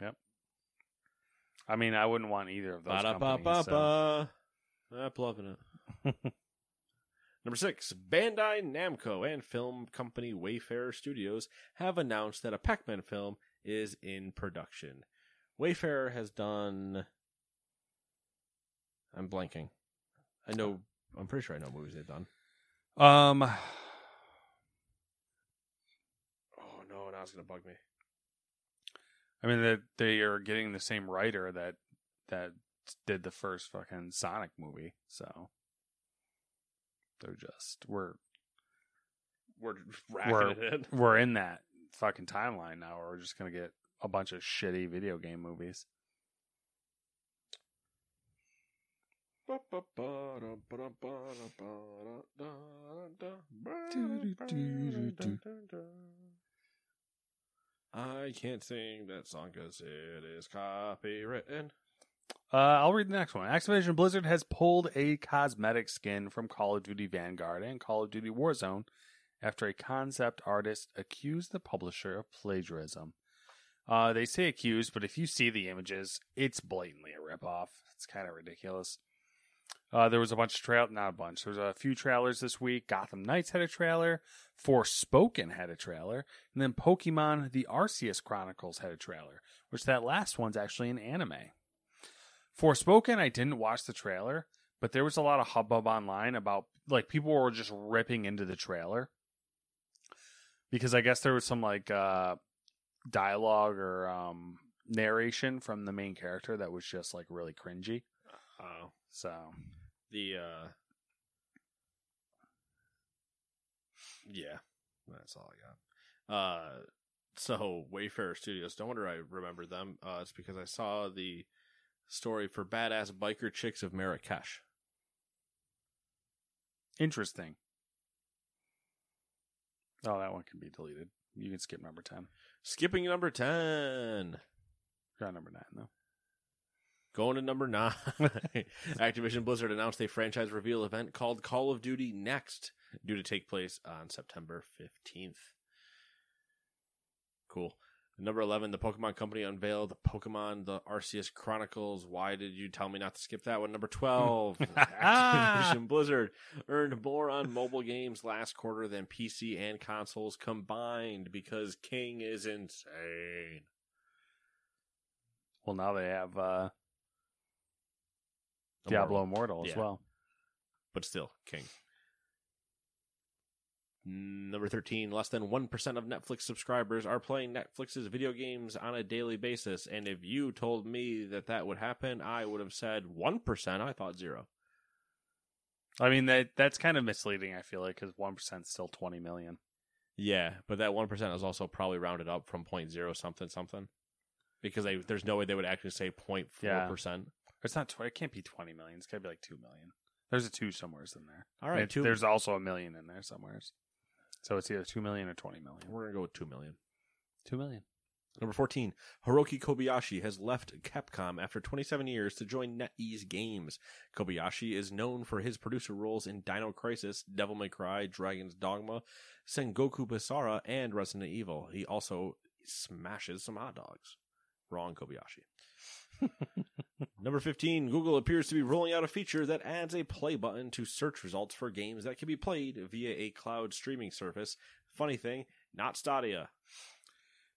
Yep. I mean, I wouldn't want either of those companies. so-
Ba-da-ba-ba-ba. I'm loving it. Number six, Bandai Namco and film company Wayfarer Studios have announced that a Pac Man film is in production. Wayfarer has done. I'm blanking. I know. I'm pretty sure I know movies they've done.
Um,
Oh, no, now it's going to bug me.
I mean that they are getting the same writer that that did the first fucking Sonic movie, so they're just we're
We're racking it
we're
in.
we're in that fucking timeline now. We're just gonna get a bunch of shitty video game movies.
I can't sing that song because it is copywritten.
Uh, I'll read the next one. Activision Blizzard has pulled a cosmetic skin from Call of Duty Vanguard and Call of Duty Warzone after a concept artist accused the publisher of plagiarism. Uh, they say accused, but if you see the images, it's blatantly a ripoff. It's kind of ridiculous. Uh, there was a bunch of trail, not a bunch. There was a few trailers this week. Gotham Knights had a trailer. Forspoken had a trailer, and then Pokemon: The Arceus Chronicles had a trailer, which that last one's actually an anime. Forspoken, I didn't watch the trailer, but there was a lot of hubbub online about like people were just ripping into the trailer because I guess there was some like uh, dialogue or um, narration from the main character that was just like really cringy.
Oh,
So
the uh, yeah, that's all I got. Uh, so Wayfarer Studios. Don't wonder I remember them. Uh, it's because I saw the story for Badass Biker Chicks of Marrakesh.
interesting. Oh, that one can be deleted. You can skip number ten.
Skipping number ten.
You're on number nine though.
Going to number nine. Activision Blizzard announced a franchise reveal event called Call of Duty Next, due to take place on September 15th. Cool. Number 11, the Pokemon Company unveiled Pokemon The Arceus Chronicles. Why did you tell me not to skip that one? Number 12, Activision Blizzard earned more on mobile games last quarter than PC and consoles combined because King is insane.
Well, now they have uh, Diablo Immortal as
Yeah.
well.
but still king. Number 13, less than 1% of Netflix subscribers are playing Netflix's video games on a daily basis. And if you told me that that would happen, I would have said 1%. I thought zero.
I mean that that's kind of misleading. I feel like because one percent still twenty million.
Yeah, but that 1% is also probably rounded up from 0.0 something something because they, there's no way they would actually say 0.4%.
It's not. Tw- it can't be twenty million. It's got to be like two million. There's a two somewheres in there.
All right,
And
two-
There's also a million in there somewheres. So it's either two million or twenty million.
We're going to go with 2 million.
Two million.
Number 14, Hiroki Kobayashi has left Capcom after 27 years to join NetEase Games. Kobayashi is known for his producer roles in Dino Crisis, Devil May Cry, Dragon's Dogma, Sengoku Basara, and Resident Evil. He also smashes some hot dogs. Wrong Kobayashi. Number 15, Google appears to be rolling out a feature that adds a play button to search results for games that can be played via a cloud streaming service. Funny thing, not Stadia.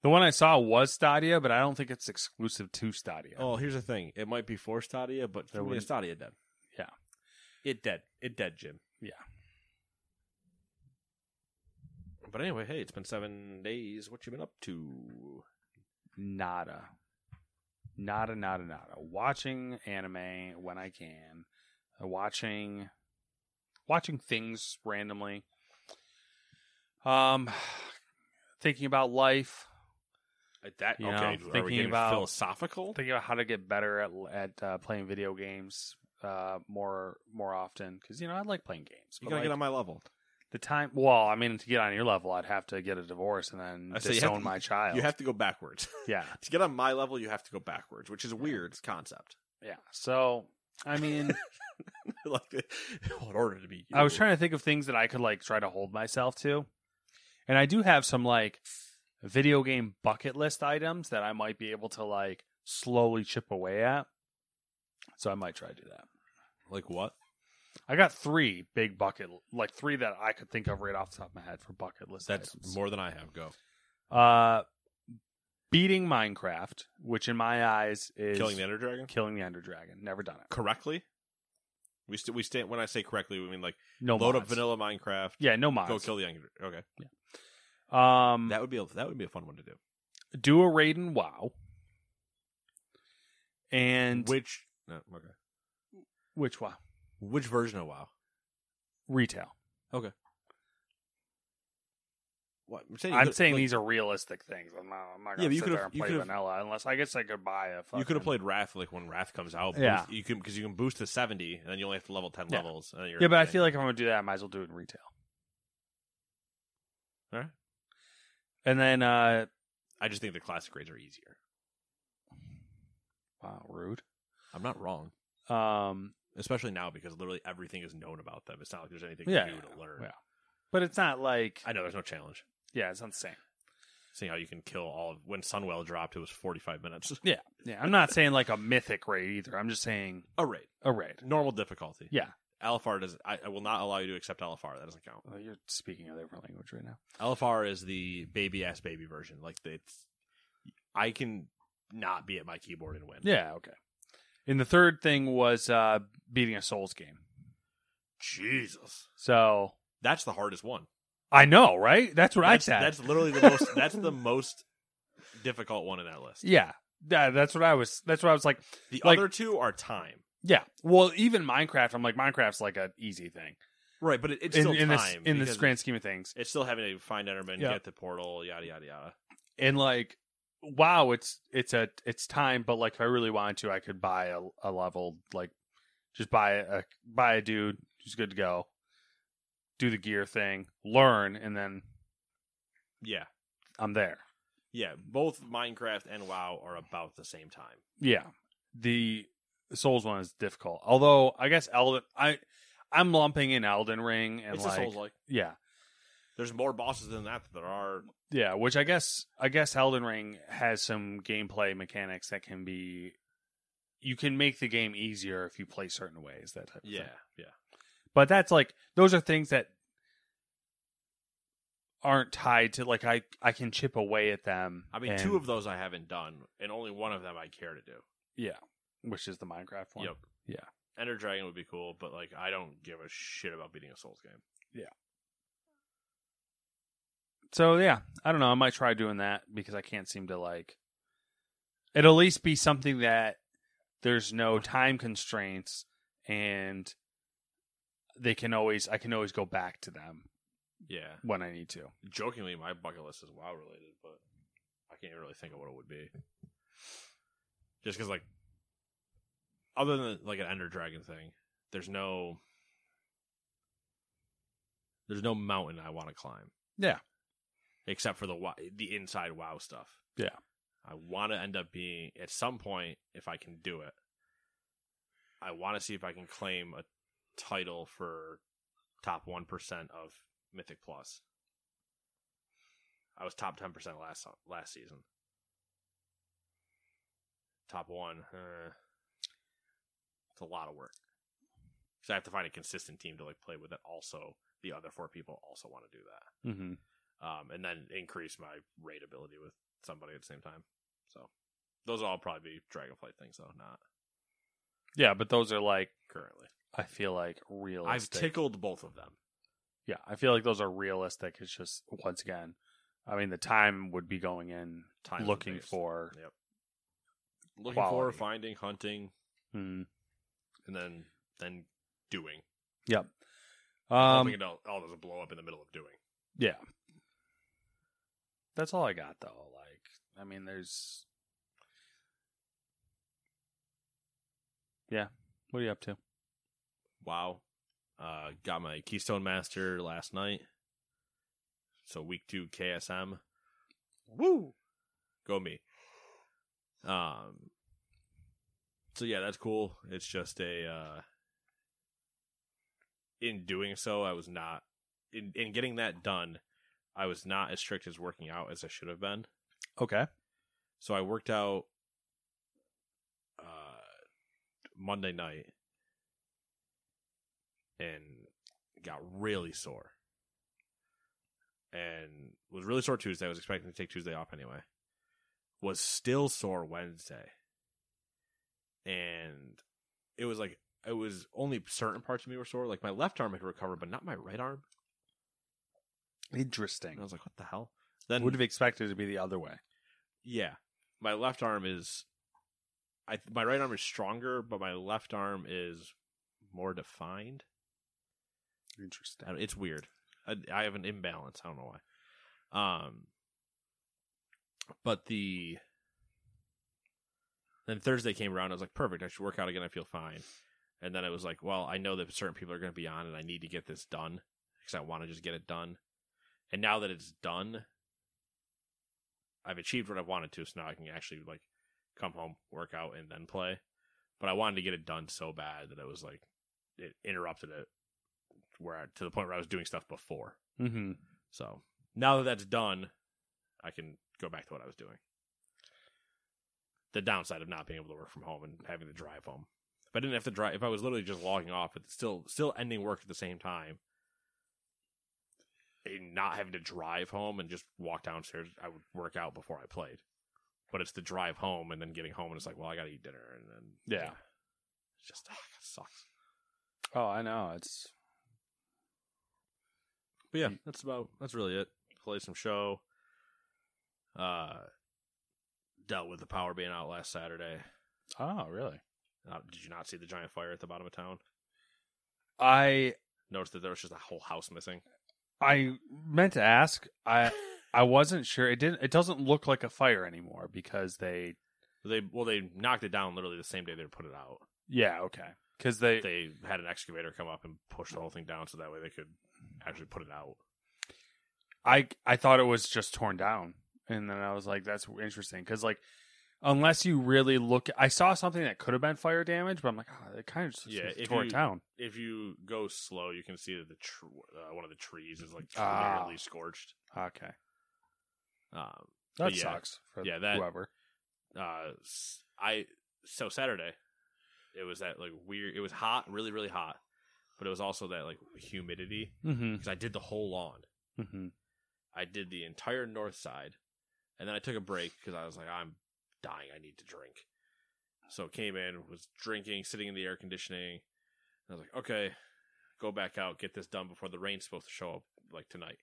The one I saw was Stadia, but I don't think it's exclusive to Stadia.
Oh, here's the thing. It might be for Stadia, but
There
for me,
wouldn't-
Stadia dead.
Yeah.
It dead. It dead, Jim.
Yeah.
But anyway, hey, it's been seven days. What you been up to?
Nada. Nada, nada, nada. Watching anime when I can. Uh, Watching watching things randomly. Um thinking about life,
At Uh, that
You know,
okay, are
thinking
we getting
about-
philosophical?
thinking about how to get better at at uh, playing video games uh more more often cuz you know I like playing games.
you
but,
gotta
like,
get on my level.
the time well, I mean to get on your level I'd have to get a divorce and then
I say you have
disown
to-
my child.
You have to go backwards
yeah.
to get on my level. You have to go backwards, which is a weird concept.
Yeah. So, I mean
like, in order to be,
I was trying to think of things that I could like try to hold myself to. And I do have some like video game bucket list items that I might be able to like slowly chip away at. So I might try to do that.
like what?
I got three big bucket like three that I could think of right off the top of my head for bucket list
That's
items.
more than I have. Go
uh beating Minecraft, which in my eyes is
killing the Ender Dragon
killing the Ender Dragon. Never done it.
correctly. We st- we stand when I say correctly, we mean like
No
load up
mods.
vanilla Minecraft.
Yeah, no mods.
Go kill the Ender. Okay,
Um
that would be a, that would be a fun one to do.
do a raid in WoW. And
which no, okay,
which WoW?
which version of WoW?
Retail.
Okay. What I'm saying, you
I'm
could-
saying
like,
these are realistic things. I'm not, I'm not
Yeah,
going
but
to
you
sit
could've-
there and
you
play
could've-
vanilla unless I guess I could buy a fucking...
You could have played Wrath like when Wrath comes out. boost-
Yeah.
you can because you can boost to seventy, and then you only have to level ten
Yeah.
levels. And you're
Yeah, but I
then-
feel like if I'm going to do that, I might as well do it in retail.
All right.
And then, uh,
I just think the classic raids are easier.
wow, rude.
I'm not wrong,
Um,
especially now because literally everything is known about them. It's not like there's anything
yeah,
new to learn.
yeah. But it's not like
I know there's no challenge.
yeah, it's not the same.
Seeing how you can kill all of when Sunwell dropped, it was 45 minutes.
Yeah, yeah. I'm not saying like a mythic raid either. I'm just saying
A raid,
a raid.
normal difficulty.
Yeah.
LFR doesn't. I, I will not allow you to accept LFR. That doesn't count.
Well, you're speaking a different language right now.
LFR is the baby ass baby version. Like the- it's, I can not be at my keyboard and win.
Yeah, okay. And the third thing was uh beating a Souls game.
Jesus,
So
that's the hardest one.
I know, right? That's what
that's,
I said.
That's literally the most. that's the most difficult one in that list.
yeah. Yeah, that's what I was. That's what I was like.
The
Like-
other two are time.
Yeah. Well, even Minecraft, I'm like Minecraft's like an easy thing
Right, but it, it's
in,
still time
in this in this
because
grand scheme of things.
It's still having to find Enderman,
Yeah.
get the portal, yada yada yada.
And like, wow, it's it's a it's time. But like, if I really wanted to, I could buy a, a level, like, just buy a buy a dude who's good to go, do the gear thing, learn, and then
Yeah,
I'm there.
yeah. Both Minecraft and WoW are about the same time.
Yeah, the Souls one is difficult. Although I guess Elden, I I'm lumping in Elden Ring and
it's
like,
a Souls like.
yeah,
There's more bosses than that. That there are.
yeah. Which I guess I guess Elden Ring has some gameplay mechanics that can be. You can make the game easier if you play certain ways. That type of
Yeah,
thing.
yeah.
but that's like those are things that aren't tied to like I I can chip away at them.
I mean,
and-
two of those I haven't done, and only one of them I care to do.
yeah, which is the Minecraft one.
Yep.
Yeah.
Ender Dragon would be cool, but like I don't give a shit about beating a Souls game.
So yeah, I don't know. I might try doing that because I can't seem to like. It'll at least be something that there's no time constraints, and they can always I can always go back to them
Yeah.
when I need to.
Jokingly, my bucket list is WoW related, but I can't even really think of what it would be. Just because, like, other than like an Ender Dragon thing, there's no, there's no mountain I want to climb
Yeah,
except for the WoW, the inside WoW stuff.
Yeah.
I want to end up being at some point if I can do it. I want to see if I can claim a title for top one percent of Mythic Plus. I was top ten percent last last season. Top one, uh, it's a lot of work because I have to find a consistent team to like play with that. Also, the other four people also want to do that
mm-hmm.
um, and then increase my raid ability with somebody at the same time. So those will all probably be Dragonflight things, though, not
yeah. But those are like
currently.
I feel like realistic.
I've tickled both of them.
Yeah, I feel like those are realistic. It's just once again, I mean, the time would be going in
Time's the
looking
biggest.
for.
Yep. Looking for,
Quality.
finding, hunting,
Mm,
and then then doing.
yep.
Um,
Um,
all, all there's a blow up in the middle of doing.
Yeah. That's all I got though. Like I mean there's Yeah. What are you up to?
Wow. Uh, got my Keystone Master last night. So week two KSM. Woo! Go me. Um. So yeah, that's cool. It's just a. Uh, in doing so, I was not in in getting that done. I was not as strict as working out as I should have been.
Okay.
So I worked out uh, Monday night and got really sore. And was really sore Tuesday. I was expecting to take Tuesday off anyway. Was still sore Wednesday. And it was like, it was only certain parts of me were sore. Like my left arm had recovered, but not my right arm.
Interesting.
And I was like, what the hell?
Then
Then
would have expected it to be the other way.
Yeah, my left arm is, I my right arm is stronger, but my left arm is more defined.
Interesting.
I don't- it's weird. I, I have an imbalance. I don't know why. Um, but the then Thursday came around. I was like, perfect. I should work out again. I feel fine. And then it was like, well, I know that certain people are going to be on, and I need to get this done because I want to just get it done. And now that it's done, I've achieved what I wanted to. So now I can actually like come home, work out, and then play. But I wanted to get it done so bad that it was like it interrupted it where I, to the point where I was doing stuff before.
Mm-hmm.
So now that that's done, I can go back to what I was doing. The downside of not being able to work from home and having to drive home. If I didn't have to drive, if I was literally just logging off, but still still ending work at the same time, and not having to drive home and just walk downstairs, I would work out before I played. But it's the drive home and then getting home, and it's like, well, I got to eat dinner, and then
Yeah.
it's just ah, it sucks.
Oh, I know. It's
But yeah,
Mm.
that's about that's really it. Play some show. Uh dealt with the power being out last Saturday.
oh, really?
Uh, did you not see the giant fire at the bottom of town?
I
Noticed that there was just a whole house missing.
I meant to ask. I I wasn't sure. It didn't. It doesn't look like a fire anymore because they.
They well, they knocked it down literally the same day they put it out.
Yeah. Okay. Because they,
They had an excavator come up and push the whole thing down so that way they could actually put it out.
I I thought it was just torn down, and then I was like, "That's interesting," because like, unless you really look, I saw something that could have been fire damage, but I'm like, oh, it kind of just looks
Yeah,
like it's
if
torn
you-
down.
If you go slow, you can see that the tr- uh, one of the trees is like
Ah.
severely scorched.
Okay,
Um,
that
But yeah.
sucks for
Yeah, that-
whoever.
uh s- I so Saturday it was that like weird it was hot really really hot but it was also that like humidity
Mm-hmm.
because I did the whole lawn
Mm-hmm.
I did the entire north side and then I took a break because I was like I'm dying I need to drink so came in was drinking sitting in the air conditioning and I was like okay go back out get this done before the rain's supposed to show up like tonight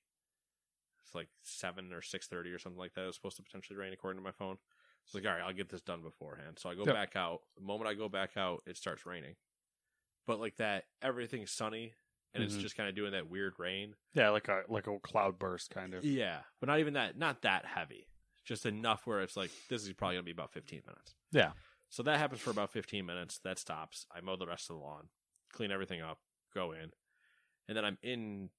it's like seven or six thirty or something like that. It was supposed to potentially rain according to my phone. It's like, all right, I'll get this done beforehand. So I go
Yeah.
back out. The moment I go back out, it starts raining. But like that, everything's sunny and it's
Mhm.
just kind of doing that weird rain.
Yeah, like a like a cloud burst kind of.
Yeah. But not even that, not that heavy. Just enough where it's like, this is probably going to be about 15 minutes.
Yeah.
So that happens for about 15 minutes. That stops. I mow the rest of the lawn, clean everything up, go in. And then I'm in,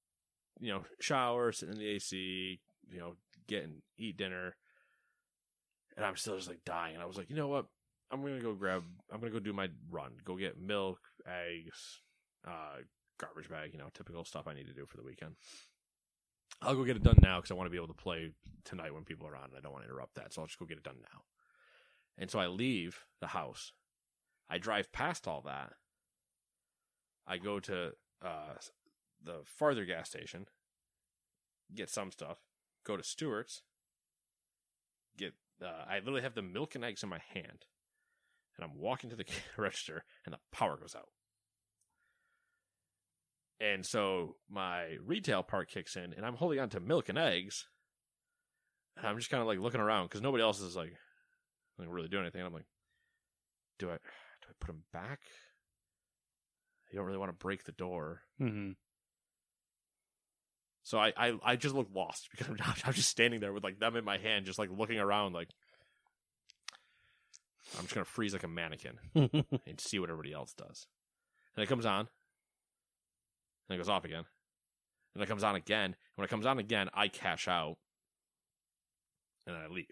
you know, shower, sitting in the AC, you know, getting, eat dinner. And I'm still just like dying. And I was like, you know what? I'm going to go grab, I'm going to go do my run, go get milk, eggs, uh, garbage bag, you know, typical stuff I need to do for the weekend. I'll go get it done now because I want to be able to play tonight when people are on and I don't want to interrupt that. So I'll just go get it done now. And so I leave the house. I drive past all that. I go to uh, the farther gas station, get some stuff, go to Stewart's, get. Uh, I literally have the milk and eggs in my hand, and I'm walking to the register, and the power goes out. And so my retail part kicks in, and I'm holding on to milk and eggs. And I'm just kind of like looking around because nobody else is like, like really doing anything. And I'm like, do I do I put them back? You don't really want to break the door.
Mm-hmm.
So I, I, I just look lost because I'm, not, I'm just standing there with like them in my hand, just like looking around, like I'm just gonna freeze like a mannequin and see what everybody else does. And it comes on, and it goes off again, and it comes on again. When it comes on again, I cash out, and I leave.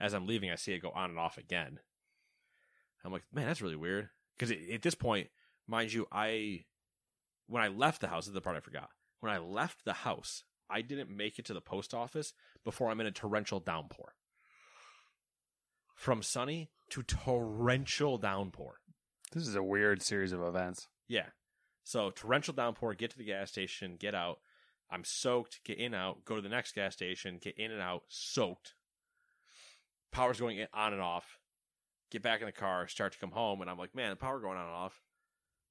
As I'm leaving, I see it go on and off again. I'm like, man, that's really weird. Because at this point, mind you, I when I left the house, this is the part I forgot. When I left the house, I didn't make it to the post office before I'm in a torrential downpour. From sunny to torrential downpour.
This is a weird series of events.
Yeah. So torrential downpour, get to the gas station, get out. I'm soaked, get in out, go to the next gas station, get in and out, soaked. Power's going in- on and off. Get back in the car, start to come home, and I'm like, man, the power going on and off.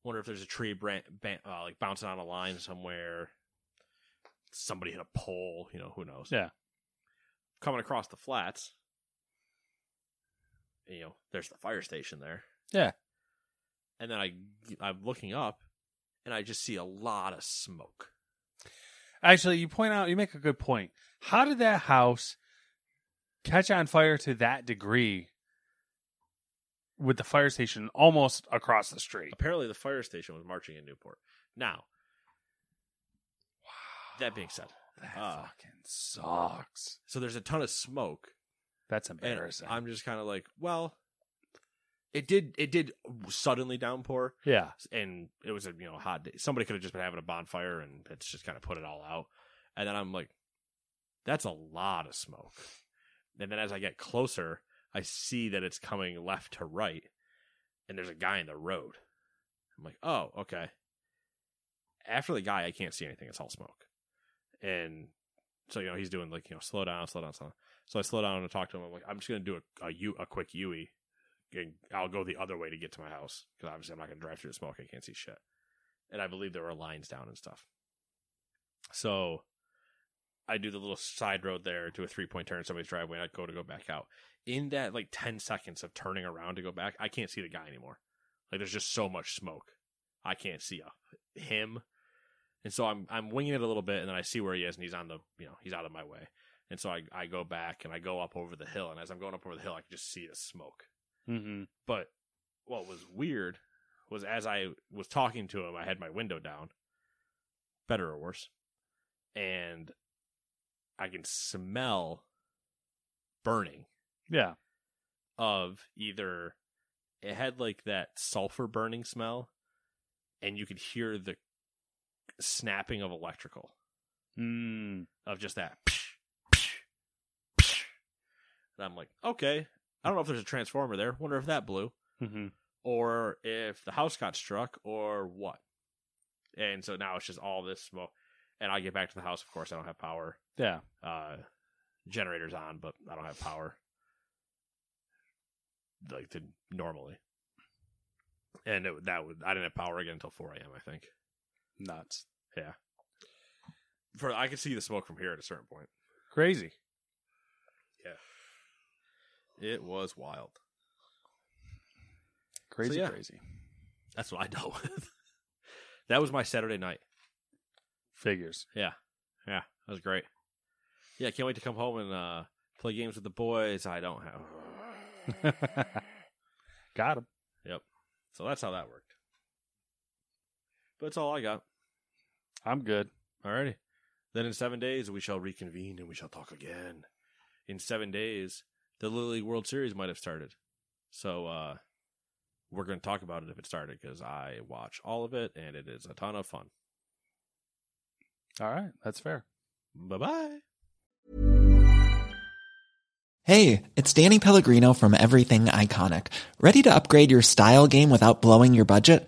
Wonder if there's a tree bran- ban- uh, like bouncing on a line somewhere. Somebody hit a pole, you know, who knows?
Yeah.
Coming across the flats, you know, there's the fire station there
Yeah.
and then I I'm looking up, and I just see a lot of smoke.
Actually, you point out you make a good point. How did that house catch on fire to that degree with the fire station almost across the street?
Apparently, the fire station was marching in Newport. Now, that being said,
That
Ah.
fucking sucks.
so there's a ton of smoke,
That's
and
embarrassing.
I'm just kind of like, well, it did it did suddenly downpour,
yeah.
and it was a you know hot day. Somebody could have just been having a bonfire, and it's just kind of put it all out. And then I'm like, that's a lot of smoke. And then as I get closer, I see that it's coming left to right, and there's a guy in the road. I'm like, oh, okay. After the guy, I can't see anything. It's all smoke. And so, you know, he's doing like, you know, slow down, slow down, slow down. So I slow down and talk to him. I'm like, I'm just going to do a, a, U, E." a quick UE, and I'll go the other way to get to my house. Because obviously, I'm not going to drive through the smoke. I can't see shit. And I believe there were lines down and stuff. So I do the little side road there, do a three point turn in somebody's driveway, and I go to go back out. In that like 10 seconds of turning around to go back, I can't see the guy anymore. Like there's just so much smoke. I can't see a, him. And so I'm I'm winging it a little bit and then I see where he is and he's on the you know, he's out of my way. And so I, I go back and I go up over the hill and as I'm going up over the hill I can just see the smoke.
Mm-hmm.
But what was weird was as I was talking to him, I had my window down, better or worse, and I can smell burning
Yeah.
of either it had like that sulfur burning smell, and you could hear the snapping of electrical
Mm.
of just that. And I'm like, okay, I don't know if there's a transformer there. Wonder if that blew.
Mm-hmm.
or if the house got struck or what. And so now it's just all this smoke. And I get back to the house. Of course, I don't have power.
Yeah.
Uh, generators on, but I don't have power like to normally. And it, that would I didn't have power again until 4 a.m. I think.
Nuts.
For I could see the smoke from here at a certain point.
Crazy.
It was wild.
Crazy.
yeah.
Crazy.
That's what I dealt with. that was my Saturday night.
Figures.
Yeah, that was great. Yeah, can't wait to come home and uh, play games with the boys. I don't have.
Got him.
So that's how that worked. But that's all I got.
I'm good.
Alrighty. Then in seven days, we shall reconvene and we shall talk again. In seven days, the Little League World Series might have started. So uh, we're going to talk about it if it started because I watch all of it and it is a ton of fun.
All right. That's fair.
Bye bye.
Hey, it's Danny Pellegrino from Everything Iconic. Ready to upgrade your style game without blowing your budget?